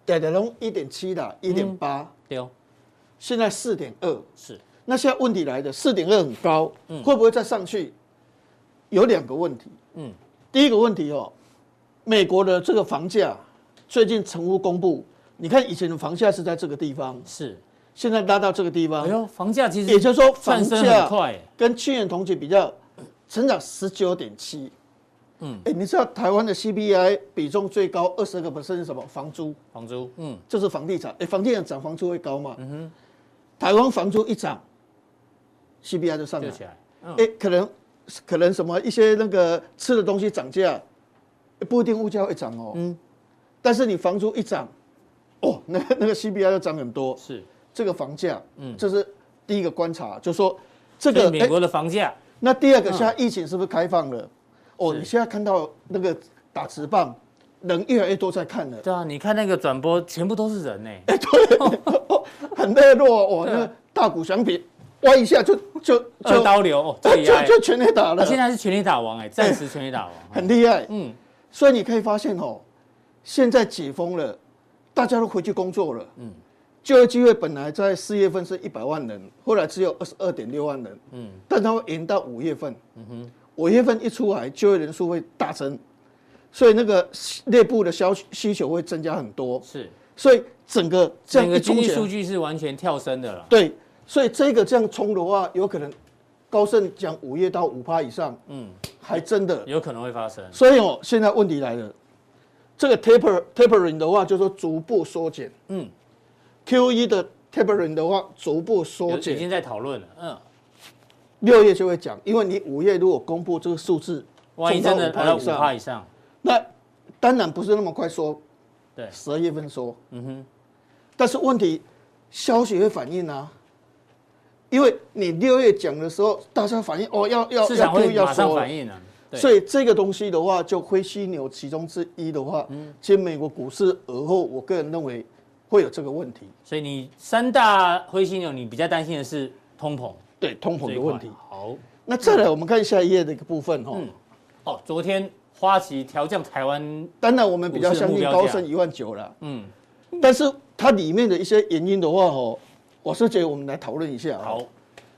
[SPEAKER 4] 大概拢一点七啦，一点八，
[SPEAKER 2] 对哦，
[SPEAKER 4] 现在四点二。
[SPEAKER 2] 是
[SPEAKER 4] 那现在问题来的，四点二很高，会不会再上去？有两个问题，
[SPEAKER 2] 嗯
[SPEAKER 4] 嗯，第一个问题哦，美国的这个房价最近成屋公布，你看以前的房价是在这个地方，
[SPEAKER 2] 是。
[SPEAKER 4] 现在拉到这个地
[SPEAKER 2] 哎
[SPEAKER 4] 方，
[SPEAKER 2] 呦，房价其实
[SPEAKER 4] 也就是说房
[SPEAKER 2] 上升
[SPEAKER 4] 价
[SPEAKER 2] 很快，
[SPEAKER 4] 跟去年同期比较，成长十九点七，嗯，哎，你知道台湾的 CPI 比重最高二十个 percent 是什么？房租，
[SPEAKER 2] 房租嗯
[SPEAKER 4] 就是房地产，哎，房地产涨，房租会高嘛？嗯哼，台湾房租一涨，CPI 就上
[SPEAKER 2] 就
[SPEAKER 4] 来。
[SPEAKER 2] 起来，
[SPEAKER 4] 哎、可能可能什么一些那个吃的东西涨价，诶不一定物价会涨哦。嗯，但是你房租一涨，哦，那个那个 CPI 就涨很多。
[SPEAKER 2] 是
[SPEAKER 4] 这个房价，嗯，这是第一个观察，就说这
[SPEAKER 2] 所
[SPEAKER 4] 个哎
[SPEAKER 2] 以美
[SPEAKER 4] 诶
[SPEAKER 2] 国的嗯房价
[SPEAKER 4] 那第二个，现在疫情是不是开放了？哦，你现在看到那个打直棒，人越来越多在看了，
[SPEAKER 2] 对啊，你看那个转播全部都是人呢，
[SPEAKER 4] 哎很热络哦。那个大股翔比歪一下就就
[SPEAKER 2] 嗯二
[SPEAKER 4] 就
[SPEAKER 2] 刀流哦，这里
[SPEAKER 4] 就
[SPEAKER 2] 哎，
[SPEAKER 4] 就全力打了
[SPEAKER 2] 他，现在是全力打王哎，暂时全力打王，
[SPEAKER 4] 很厉害。
[SPEAKER 2] 嗯，
[SPEAKER 4] 所以你可以发现哦，现在解封了，大家都回去工作了，嗯，就业机会本来在四月份是一百万人，后来只有二十二点六万人，嗯，但它会延到五月份，嗯哼，五月份一出来，就业人数会大增，所以那个内部的消需求会增加很多，
[SPEAKER 2] 是
[SPEAKER 4] 所以整个这
[SPEAKER 2] 整
[SPEAKER 4] 样一
[SPEAKER 2] 个经
[SPEAKER 4] 冲
[SPEAKER 2] 济
[SPEAKER 4] 起
[SPEAKER 2] 数
[SPEAKER 4] 来，
[SPEAKER 2] 据是完全跳升的了，
[SPEAKER 4] 对，所以这个这样冲的话，有可能高盛讲五月到五趴以上，嗯，还真的
[SPEAKER 2] 有可能会发生，
[SPEAKER 4] 所以哦，现在问题来了，这个 taper tapering 的话，就是说逐步缩减。
[SPEAKER 2] 嗯
[SPEAKER 4] 嗯，Q E 的 tapering 的话，逐步
[SPEAKER 2] 有
[SPEAKER 4] 缩
[SPEAKER 2] 已经
[SPEAKER 4] 减，
[SPEAKER 2] 在讨论了，嗯，
[SPEAKER 4] 六月就会讲，因为你五月如果公布这个数字，
[SPEAKER 2] 万一真的来
[SPEAKER 4] 冲
[SPEAKER 2] 到
[SPEAKER 4] 到
[SPEAKER 2] 五
[SPEAKER 4] 5%
[SPEAKER 2] 趴以上，
[SPEAKER 4] 那当然不是那么快缩，
[SPEAKER 2] 对
[SPEAKER 4] 十二月份缩。嗯哼，但是问题消息会反应啊。因为你六月讲的时候，大家反应哦，要要
[SPEAKER 2] 市场
[SPEAKER 4] 要 Q
[SPEAKER 2] 会
[SPEAKER 4] E 要
[SPEAKER 2] 马
[SPEAKER 4] 缩
[SPEAKER 2] 上
[SPEAKER 4] 了
[SPEAKER 2] 反应啊，对，
[SPEAKER 4] 所以这个东西的话，就灰犀牛其中之一的话，
[SPEAKER 2] 嗯
[SPEAKER 4] 其实美国股市而后，我个人认为会有这个问题，
[SPEAKER 2] 所以你三大灰犀牛，你比较担心的是通膨
[SPEAKER 4] 对通膨
[SPEAKER 2] 这一
[SPEAKER 4] 的
[SPEAKER 2] 块
[SPEAKER 4] 问题。
[SPEAKER 2] 好。
[SPEAKER 4] 那再来，我们看下一页的一个部分哈。
[SPEAKER 2] 哦，昨天花旗调降台湾，
[SPEAKER 4] 当然，我们比较相
[SPEAKER 2] 股市
[SPEAKER 4] 信
[SPEAKER 2] 的目标
[SPEAKER 4] 高
[SPEAKER 2] 价
[SPEAKER 4] 盛一万九了，
[SPEAKER 2] 嗯，
[SPEAKER 4] 但是它里面的一些原因的话，哦，我是觉得我们来讨论一下。
[SPEAKER 2] 好，，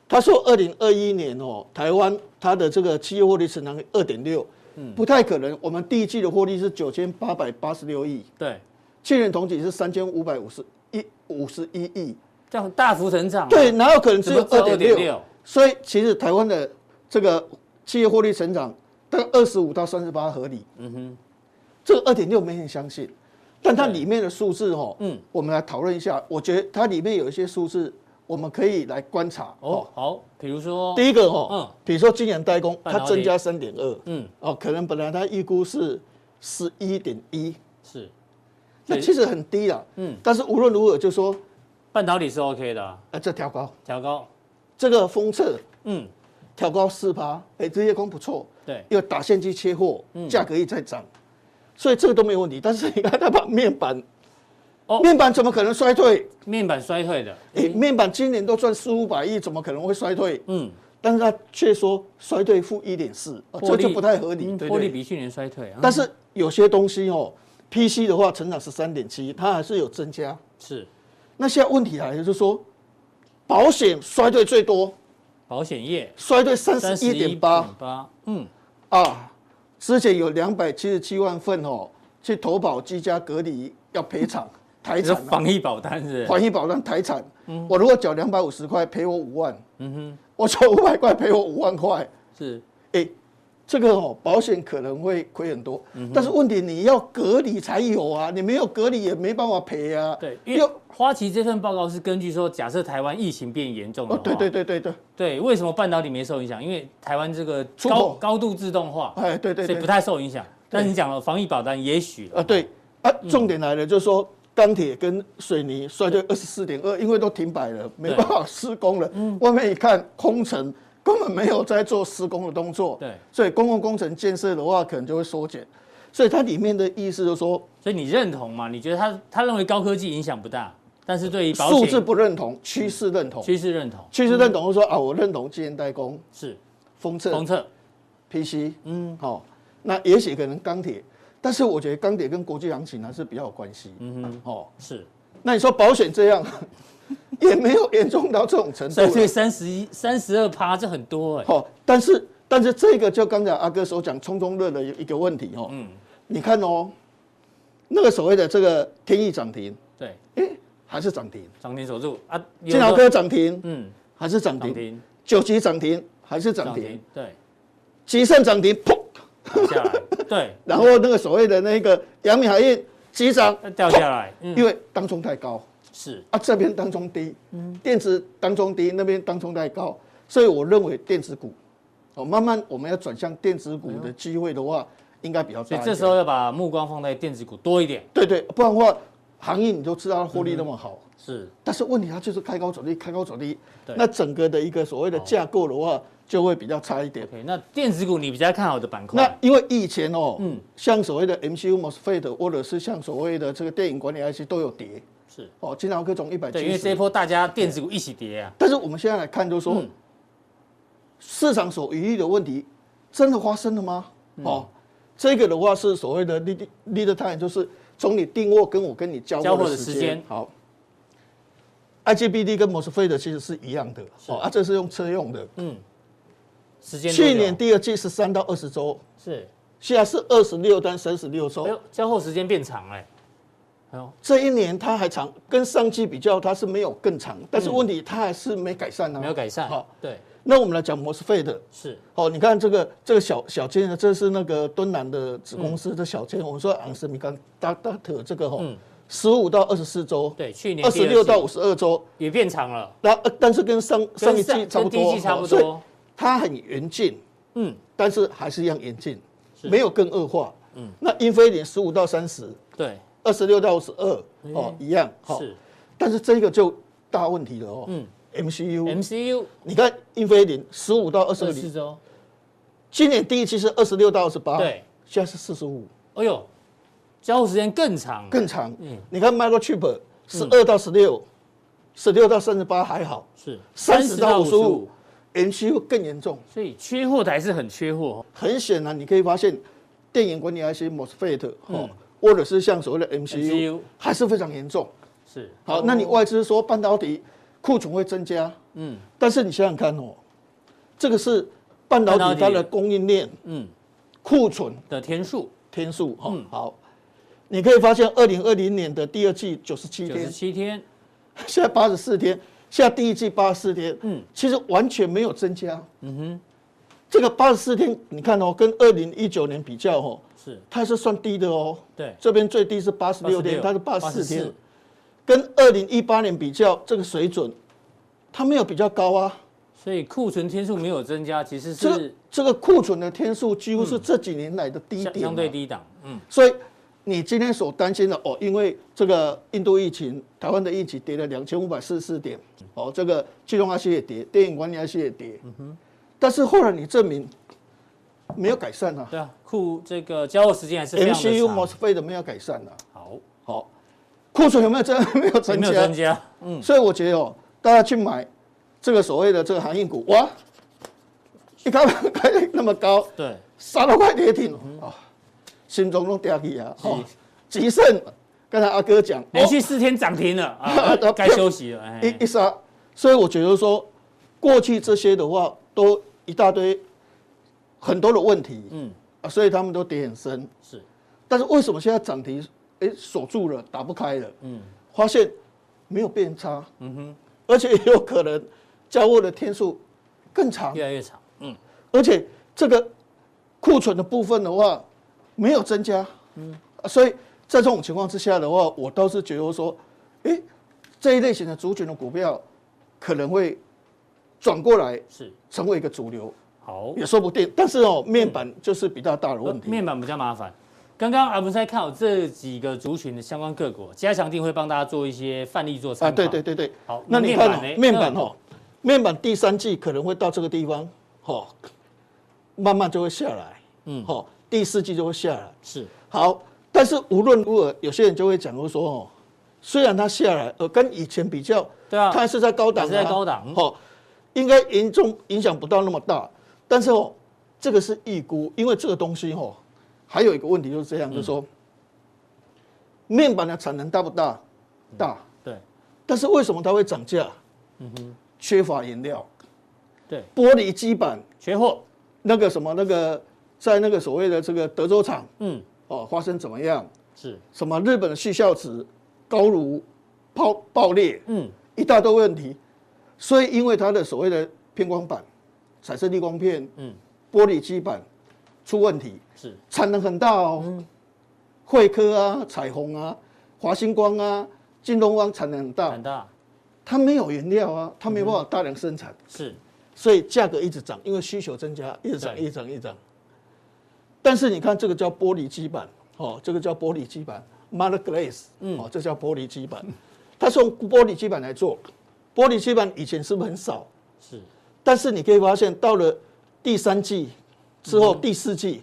[SPEAKER 4] 他说二零二一年哦，台湾它的这个企业获利成长二点六，
[SPEAKER 2] 嗯
[SPEAKER 4] 不太可能。我们第一季的获利是九千八百八十六亿，
[SPEAKER 2] 对，
[SPEAKER 4] 去年同期是三千五百五十一五十一亿。
[SPEAKER 2] 这样大幅成长，啊
[SPEAKER 4] 对，，哪有可能只有
[SPEAKER 2] 怎
[SPEAKER 4] 二
[SPEAKER 2] 么
[SPEAKER 4] 点
[SPEAKER 2] 只有2.6
[SPEAKER 4] 六？所以其实台湾的这个企业获利成长大概二十五到三十八合理。嗯哼，这个二点六没人相信，但它里面的数字哦，
[SPEAKER 2] 嗯
[SPEAKER 4] 嗯，我们来讨论一下。我觉得它里面有一些数字，我们可以来观察哦
[SPEAKER 2] 哦。，好，比如说，
[SPEAKER 4] 第一个哦
[SPEAKER 2] 嗯，
[SPEAKER 4] 比如说今年代工，
[SPEAKER 2] 半
[SPEAKER 4] 它
[SPEAKER 2] 导体
[SPEAKER 4] 增加三点二，
[SPEAKER 2] 嗯，
[SPEAKER 4] 哦，可能本来它预估是十一点一，
[SPEAKER 2] 是
[SPEAKER 4] 那
[SPEAKER 2] 对
[SPEAKER 4] 其实很低啦，
[SPEAKER 2] 嗯
[SPEAKER 4] 嗯，但是无论如何就说，
[SPEAKER 2] 半导体是 OK 的啊，
[SPEAKER 4] 啊，这调高，
[SPEAKER 2] 调高，
[SPEAKER 4] 这个封测
[SPEAKER 2] 嗯，
[SPEAKER 4] 调高四趴，哎，这些工不错，
[SPEAKER 2] 对，
[SPEAKER 4] 又打线机切货，
[SPEAKER 2] 嗯
[SPEAKER 4] 价格也在涨，所以这个都没有问题。但是 你看他把面板，
[SPEAKER 2] 哦
[SPEAKER 4] 面板怎么可能衰退？哎
[SPEAKER 2] 面板衰退的，
[SPEAKER 4] 诶面板今年都赚四五百亿，怎么可能会衰退？
[SPEAKER 2] 嗯，
[SPEAKER 4] 但是它却说衰退负一点四，哦这
[SPEAKER 2] 获利
[SPEAKER 4] 就不太合理。
[SPEAKER 2] 嗯
[SPEAKER 4] 对
[SPEAKER 2] 获利
[SPEAKER 4] 对
[SPEAKER 2] 比去年衰退啊。
[SPEAKER 4] 但是有些东西哦，PC 的话成长十三点七，它还是有增加。
[SPEAKER 2] 是
[SPEAKER 4] 那现在问题来了，就是说保险衰退最多，
[SPEAKER 2] 保险业
[SPEAKER 4] 衰退三
[SPEAKER 2] 三
[SPEAKER 4] 十
[SPEAKER 2] 十
[SPEAKER 4] 一点八，
[SPEAKER 2] 嗯，
[SPEAKER 4] 啊，之前有两百七十七万份哦，去投保居家隔离要赔 偿台
[SPEAKER 2] 这是嗯
[SPEAKER 4] 产、啊，
[SPEAKER 2] 防疫保单是不是？
[SPEAKER 4] 环疫保单台产，我如果缴两百五十块赔我五万，嗯哼，我缴五百块赔我五万块，
[SPEAKER 2] 是
[SPEAKER 4] 哎，这个哦保险可能会亏很多，
[SPEAKER 2] 嗯
[SPEAKER 4] 但是问题你要隔离才有啊，你没有隔离也没办法赔啊，
[SPEAKER 2] 对，因为
[SPEAKER 4] 又
[SPEAKER 2] 花旗这份报告是根据说，假设台湾疫情变严重的
[SPEAKER 4] 哦
[SPEAKER 2] 话，
[SPEAKER 4] 对对对对对，
[SPEAKER 2] 对，为什么半导体没受影响？因为台湾这个
[SPEAKER 4] 出
[SPEAKER 2] 高
[SPEAKER 4] 口
[SPEAKER 2] 高度自动化，
[SPEAKER 4] 哎对对
[SPEAKER 2] 所
[SPEAKER 4] 对
[SPEAKER 2] 以不，太受影响。但你讲了防疫保单，也许
[SPEAKER 4] 啊，对啊，重点来了，就是说钢铁跟水泥衰退二十四点二，因为都停摆了，没
[SPEAKER 2] 对嗯
[SPEAKER 4] 办法施工了。外面一看，空城根本没有在做施工的动作，
[SPEAKER 2] 对
[SPEAKER 4] 所以公共工程建设的话，可能就会缩减。所以它里面的意思就是说，
[SPEAKER 2] 所以你认同吗？你觉得他他认为高科技影响不大，但是对于保
[SPEAKER 4] 数字
[SPEAKER 2] 险嗯
[SPEAKER 4] 不认同，趋势认同。
[SPEAKER 2] 趋势认同
[SPEAKER 4] 趋势认同就是说啊，我认同机械代工、
[SPEAKER 2] 是
[SPEAKER 4] 封测、
[SPEAKER 2] 封测
[SPEAKER 4] PC，嗯，好、那也许可能钢铁，但是我觉得钢铁跟国际行情还是比较有关系，嗯哼，哦。
[SPEAKER 2] 是，
[SPEAKER 4] 那你说保险这样， 也没有严重到这种程度
[SPEAKER 2] 所以
[SPEAKER 4] 了。
[SPEAKER 2] 三十一、三十二趴，这很多哎、
[SPEAKER 4] 好、但是但是这个就刚才阿哥所讲冲冲乐的有一个问题哦。
[SPEAKER 2] 嗯
[SPEAKER 4] 你看哦，那个所谓的这个天意涨停，
[SPEAKER 2] 对，
[SPEAKER 4] 还是涨停；
[SPEAKER 2] 涨停锁住啊，有
[SPEAKER 4] 金
[SPEAKER 2] 的
[SPEAKER 4] 豪科涨停，
[SPEAKER 2] 嗯，
[SPEAKER 4] 还是涨
[SPEAKER 2] 涨
[SPEAKER 4] 停；
[SPEAKER 2] 停，
[SPEAKER 4] 九级涨停，还是涨
[SPEAKER 2] 涨
[SPEAKER 4] 停
[SPEAKER 2] 停；，对，
[SPEAKER 4] 吉盛涨停，砰！
[SPEAKER 2] 打下来， 对，
[SPEAKER 4] 然后那个所谓的那个阳明海运急涨，
[SPEAKER 2] 那掉下来，嗯，
[SPEAKER 4] 因为当中太高。
[SPEAKER 2] 是
[SPEAKER 4] 啊，这边当中低，电子当中低，那边当中太高，所以我认为电子股，哦，慢慢我们要转向电子股的机会的话，应该比较
[SPEAKER 2] 所
[SPEAKER 4] 大
[SPEAKER 2] 以
[SPEAKER 4] 一点。
[SPEAKER 2] 这时候要把目光放在电子股多一点，
[SPEAKER 4] 对对，不然的话，行业你都知道它获利那么好，
[SPEAKER 2] 是
[SPEAKER 4] 但是问题它就是开高走低，开高走低，
[SPEAKER 2] 对
[SPEAKER 4] 那整个的一个所谓的架构的话，就会比较差一点。
[SPEAKER 2] OK。那电子股你比较看好的板
[SPEAKER 4] 那
[SPEAKER 2] 块，
[SPEAKER 4] 因为以前哦，
[SPEAKER 2] 嗯
[SPEAKER 4] 像所谓的 MCU MOSFET 或者是像所谓的这个电影管理 IC 都有跌，
[SPEAKER 2] 是
[SPEAKER 4] 哦，经常科从一百七
[SPEAKER 2] 对，
[SPEAKER 4] 十，
[SPEAKER 2] 因为这一波大家电子股一起跌啊，
[SPEAKER 4] 但是我们现在来看，就是说、
[SPEAKER 2] 嗯
[SPEAKER 4] 市场所疑虑的问题，真的发生了吗？
[SPEAKER 2] 嗯
[SPEAKER 4] 哦，这个的话是所谓的 lead lead time，就是从你订货跟我跟你交
[SPEAKER 2] 交货
[SPEAKER 4] 货的
[SPEAKER 2] 的
[SPEAKER 4] 时
[SPEAKER 2] 时
[SPEAKER 4] 间
[SPEAKER 2] 间。
[SPEAKER 4] 好，IGBT 跟 MOSFET 其实是一样的，哦啊，这是用车用的。
[SPEAKER 2] 嗯，时间多久
[SPEAKER 4] 去年第二季十三到二十周，
[SPEAKER 2] 是，
[SPEAKER 4] 现在是二十六到三十六周
[SPEAKER 2] 哎。呦，交货时间变长哎，哎呦，
[SPEAKER 4] 这一年它还长，跟上季比较它是没有更长，但是问题它还是没改善呢、
[SPEAKER 2] 嗯
[SPEAKER 4] 啊。
[SPEAKER 2] 没有改善
[SPEAKER 4] 好，，
[SPEAKER 2] 对，
[SPEAKER 4] 那我们来讲 MOSFET。
[SPEAKER 2] 是
[SPEAKER 4] 哦，你看这个这个小小间的，这是那个敦南的子公
[SPEAKER 2] 嗯
[SPEAKER 4] 司的小间，我们说昂斯米刚大大特这个哈、哦，十五、到二十四周，
[SPEAKER 2] 对，去年
[SPEAKER 4] 二
[SPEAKER 2] 第
[SPEAKER 4] 十
[SPEAKER 2] 二
[SPEAKER 4] 六
[SPEAKER 2] 季
[SPEAKER 4] 到五十二周，
[SPEAKER 2] 也变长了，
[SPEAKER 4] 然后呃但是跟上上一季
[SPEAKER 2] 跟
[SPEAKER 4] 差
[SPEAKER 2] 跟
[SPEAKER 4] 不
[SPEAKER 2] 第一
[SPEAKER 4] 多，
[SPEAKER 2] 季差不
[SPEAKER 4] 哦所以
[SPEAKER 2] 多，
[SPEAKER 4] 它很严峻，
[SPEAKER 2] 嗯，
[SPEAKER 4] 但是还是一样严峻，没有更恶化。嗯，那英飞凌十五到三十，
[SPEAKER 2] 对，
[SPEAKER 4] 二十六到五十二，哦，一样哈、哦
[SPEAKER 2] 哎是
[SPEAKER 4] 但是这个就大问题了哦。
[SPEAKER 2] 嗯
[SPEAKER 4] ，MCU，
[SPEAKER 2] MCU
[SPEAKER 4] 你看英飞凌十五到二十
[SPEAKER 2] 二
[SPEAKER 4] 二
[SPEAKER 2] 十四周，
[SPEAKER 4] 今年第一期是二十六到二十八，
[SPEAKER 2] 对，
[SPEAKER 4] 现在是四十五，
[SPEAKER 2] 哎呦，交货时间更长，
[SPEAKER 4] 更长。
[SPEAKER 2] 嗯
[SPEAKER 4] 你看 microchip 十二到十六、十六到三十八还好
[SPEAKER 2] 是
[SPEAKER 4] 30到
[SPEAKER 2] 55
[SPEAKER 4] 55，MCU 更严重。
[SPEAKER 2] 所以缺货的还是很缺货哦，
[SPEAKER 4] 很显然，你可以发现电源管理 IC MOSFET
[SPEAKER 2] 嗯
[SPEAKER 4] 哦，或者是像所谓的 MCU，
[SPEAKER 2] MCU
[SPEAKER 4] 还是非常严重。
[SPEAKER 2] 是
[SPEAKER 4] 好，那你外资说半导体库存会增加，嗯，但是你想想看哦，这个是半导
[SPEAKER 2] 半导
[SPEAKER 4] 体
[SPEAKER 2] 体
[SPEAKER 4] 它的供应链，嗯
[SPEAKER 2] 嗯，
[SPEAKER 4] 库存
[SPEAKER 2] 的天数
[SPEAKER 4] 天数哈、好，你可以发现二零二零年的第二季九十七
[SPEAKER 2] 九十
[SPEAKER 4] 天，
[SPEAKER 2] 七天，
[SPEAKER 4] 现在八十四天，现在第一季八十四天，嗯
[SPEAKER 2] 嗯，
[SPEAKER 4] 其实完全没有增加。嗯哼，这个八十四天，你看哦，跟二零一九年比较哦，
[SPEAKER 2] 是
[SPEAKER 4] 它是算低的哦。
[SPEAKER 2] 对
[SPEAKER 4] 这边最低是八十六天，
[SPEAKER 2] 86
[SPEAKER 4] 它是八十四天
[SPEAKER 2] 84，
[SPEAKER 4] 跟二零一八年比较，这个水准它没有比较高啊。
[SPEAKER 2] 所以库存天数没有增加，其实
[SPEAKER 4] 这个
[SPEAKER 2] 是
[SPEAKER 4] 这个库存的天数几乎是这几年来的低
[SPEAKER 2] 相
[SPEAKER 4] 点、啊
[SPEAKER 2] 相对。低档，嗯，
[SPEAKER 4] 所以你今天所担心的哦，因为这个印度疫情，台湾的疫情跌了两千五百四十四点，哦，这个金融 IC 也跌，电影管理 IC 也跌，但是后来你证明没有改善啊
[SPEAKER 2] 对啊，库这个交货时间还是非常的
[SPEAKER 4] ，MCU
[SPEAKER 2] 长，
[SPEAKER 4] MOSFET 没有改善啊，
[SPEAKER 2] 好，
[SPEAKER 4] 好，库存有没有增 没有
[SPEAKER 2] 也
[SPEAKER 4] 增
[SPEAKER 2] 没有增
[SPEAKER 4] 加？
[SPEAKER 2] 加，
[SPEAKER 4] 所以我觉得哦，大家去买这个所谓的这个航运股，哇，一开 盘开那么高，
[SPEAKER 2] 对，
[SPEAKER 4] 杀到快跌停
[SPEAKER 2] 嗯
[SPEAKER 4] 了啊，心中都掉去啊，哦，极盛，刚才阿哥讲，哦
[SPEAKER 2] 连续四天涨停了 啊，该休息了。哎
[SPEAKER 4] 一一杀，所以我觉得说，过去这些的话都一大堆很多的问题，
[SPEAKER 2] 嗯，
[SPEAKER 4] 啊，所以他们都跌很深。
[SPEAKER 2] 是，
[SPEAKER 4] 但是为什么现在涨停哎锁住了，打不开了？
[SPEAKER 2] 嗯，
[SPEAKER 4] 发现没有变差，嗯哼，而且也有可能交货的天数更长
[SPEAKER 2] 越，来越长。嗯，
[SPEAKER 4] 而且这个库存的部分的话没有增加，嗯，所以在这种情况之下的话，我倒是觉得说，哎，这一类型的族群的股票可能会转过来
[SPEAKER 2] 是，
[SPEAKER 4] 成为一个主流，
[SPEAKER 2] 好。
[SPEAKER 4] 也说不定。但是哦，面板就是比较大的问
[SPEAKER 2] 呃
[SPEAKER 4] 题啊
[SPEAKER 2] 面，板比较麻烦。刚刚阿文在看好这几个族群的相关个股，加强定会帮大家做一些范例做参
[SPEAKER 4] 啊，
[SPEAKER 2] 考。
[SPEAKER 4] 对对，对对。
[SPEAKER 2] 好，
[SPEAKER 4] 那你看哦
[SPEAKER 2] 呢
[SPEAKER 4] 面板，
[SPEAKER 2] 嗯
[SPEAKER 4] 哦，面板第三季可能会到这个地方，哦，慢慢就会下来，嗯，哦，第四季就会下来。
[SPEAKER 2] 是
[SPEAKER 4] 好，但是无论如何，有些人就会讲，我说哦，虽然它下来，呃，跟以前比较，
[SPEAKER 2] 对啊
[SPEAKER 4] 它还是在高档、啊，
[SPEAKER 2] 还是在高档嗯
[SPEAKER 4] 哦，应该严重影响不到那么大，但是哦，这个是预估，因为这个东西哦，还有一个问题就是这样，就是说，面板的产能大不大？大，
[SPEAKER 2] 对
[SPEAKER 4] 但是为什么它会涨价？嗯哼，缺乏原料，
[SPEAKER 2] 对，
[SPEAKER 4] 玻璃基板
[SPEAKER 2] 缺货，
[SPEAKER 4] 那个什么那个，在那个所谓的这个德州厂
[SPEAKER 2] 嗯，
[SPEAKER 4] 哦，发生怎么样？
[SPEAKER 2] 是，
[SPEAKER 4] 什么日本的续效值高如爆爆裂，
[SPEAKER 2] 嗯，
[SPEAKER 4] 一大堆问题。所以因为它的所谓的偏光板、彩色滤光片、
[SPEAKER 2] 嗯
[SPEAKER 4] 嗯，玻璃基板出问题，
[SPEAKER 2] 是
[SPEAKER 4] 产能很大哦。惠科啊、彩虹啊、华星光啊、京东方产能很大
[SPEAKER 2] 很，大，
[SPEAKER 4] 它没有原料啊，它没办法大量生产，
[SPEAKER 2] 是
[SPEAKER 4] 所以价格一直涨，因为需求增加，一直涨，
[SPEAKER 2] 对
[SPEAKER 4] 一直涨，一直涨。但是你看这个叫玻璃基板，哦，这个叫玻璃基板 m o t h e r glass，哦，
[SPEAKER 2] 嗯
[SPEAKER 4] 这叫玻璃基板，它是用玻璃基板来做。玻璃基板以前是不是很少？
[SPEAKER 2] 是，
[SPEAKER 4] 但是你可以发现，到了第三季之
[SPEAKER 2] 嗯
[SPEAKER 4] 后，第四季，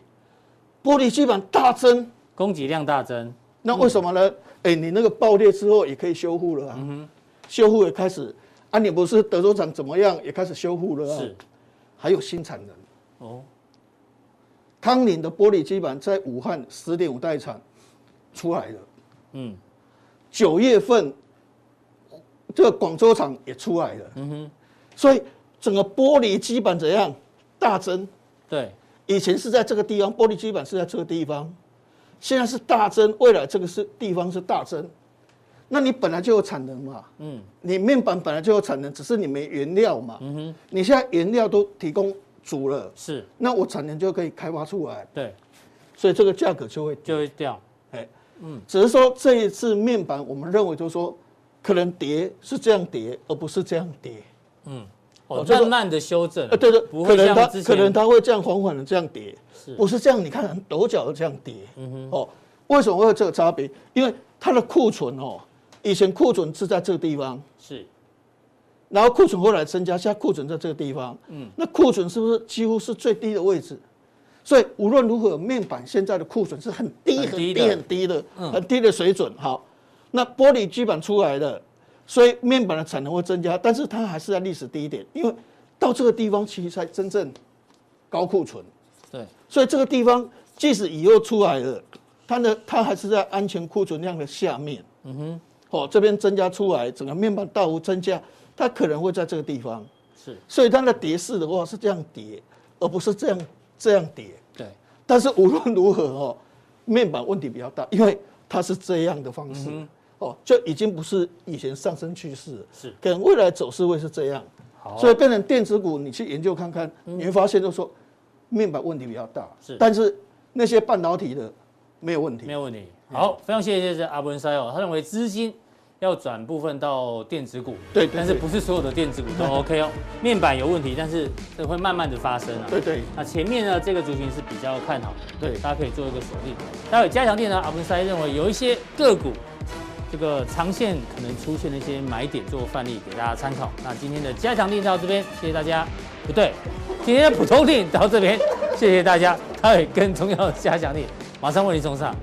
[SPEAKER 4] 玻璃基板大增。
[SPEAKER 2] 供给量大增，
[SPEAKER 4] 那为什么
[SPEAKER 2] 嗯
[SPEAKER 4] 呢？哎，你那个爆裂之后也可以修复了啊，修复也开始啊，你不是德州厂怎么样也开始修复了啊，
[SPEAKER 2] 是
[SPEAKER 4] 还有新产能。
[SPEAKER 2] 哦，
[SPEAKER 4] 康宁的玻璃基板在武汉十点五代厂出来了，
[SPEAKER 2] 嗯，
[SPEAKER 4] 九月份这个广州厂也出来了，嗯哼，所以整个玻璃基板怎样大增？
[SPEAKER 2] 对，
[SPEAKER 4] 以前是在这个地方，玻璃基板是在这个地方，现在是大增，未来这个是地方是大增。那你本来就有产能嘛，嗯，你面板本来就有产能，只是你没原料嘛，嗯哼，你现在原料都提供足了，
[SPEAKER 2] 是，
[SPEAKER 4] 那我产能就可以开发出来，
[SPEAKER 2] 对，
[SPEAKER 4] 所以这个价格就会
[SPEAKER 2] 就会掉，
[SPEAKER 4] 哎，嗯，只是说这一次面板，我们认为就是说，可能跌是这样跌，而不是这样跌。
[SPEAKER 2] 哦
[SPEAKER 4] 哦，就是
[SPEAKER 2] 慢慢的修正，
[SPEAKER 4] 呃，对对，
[SPEAKER 2] 不
[SPEAKER 4] 可
[SPEAKER 2] 会
[SPEAKER 4] 能它
[SPEAKER 2] 像之
[SPEAKER 4] 可能
[SPEAKER 2] 前，
[SPEAKER 4] 它会这样缓缓的这样跌，不是这样，你看很陡角的这样跌。
[SPEAKER 2] 嗯
[SPEAKER 4] 哦，为什么会有这个差别？因为它的库存哦，以前库存是在这个地方，
[SPEAKER 2] 是
[SPEAKER 4] 然后库存后来增加，现在库存在这个地方，嗯，那库存是不是几乎是最低的位置？所以无论如何，面板现在的库存是很低、
[SPEAKER 2] 很
[SPEAKER 4] 很
[SPEAKER 2] 低
[SPEAKER 4] 低、
[SPEAKER 2] 的嗯
[SPEAKER 4] 很低的、很低的水准。好，那玻璃基板出来了，所以面板的产能会增加，但是它还是在历史低点，因为到这个地方其实才真正高库存，
[SPEAKER 2] 对，
[SPEAKER 4] 所以这个地方即使以后出来了，它的它还是在安全库存量的下面。嗯哼，哦，这边增加出来，整个面板大幅增加，它可能会在这个地方，
[SPEAKER 2] 是，
[SPEAKER 4] 所以它的跌势的话是这样跌，而不是这样这样跌。
[SPEAKER 2] 对，
[SPEAKER 4] 但是无论如何哦，面板问题比较大，因为它是这样的方式、哦，就已经不是以前上升趋势了，
[SPEAKER 2] 是
[SPEAKER 4] 可能未来走势会是这样。所以变成电子股，你去研究看看，你会发现就是说面板问题比较大，
[SPEAKER 2] 嗯是
[SPEAKER 4] 但是那些半导体的没有问题
[SPEAKER 2] 没。有问题。
[SPEAKER 4] 嗯
[SPEAKER 2] 好，非常谢谢这阿文塞哦，他认为资金要转部分到电子股，
[SPEAKER 4] 对对
[SPEAKER 2] 但是
[SPEAKER 4] 对
[SPEAKER 2] 不是所有的电子股都 OK 哦，面板有问题，但是这会慢慢的发生啊。
[SPEAKER 4] 对对
[SPEAKER 2] 那前面呢，这个族群是比较看好的，
[SPEAKER 4] 对
[SPEAKER 2] 大家可以做一个锁定。待会加强电呢，阿文塞认为有一些个股。这个长线可能出现的一些买点做范例给大家参考。那今天的加强定到这边，谢谢大家。不对，今天的普通定到这边，谢谢大家。待会更重要的加强定，马上为您送上。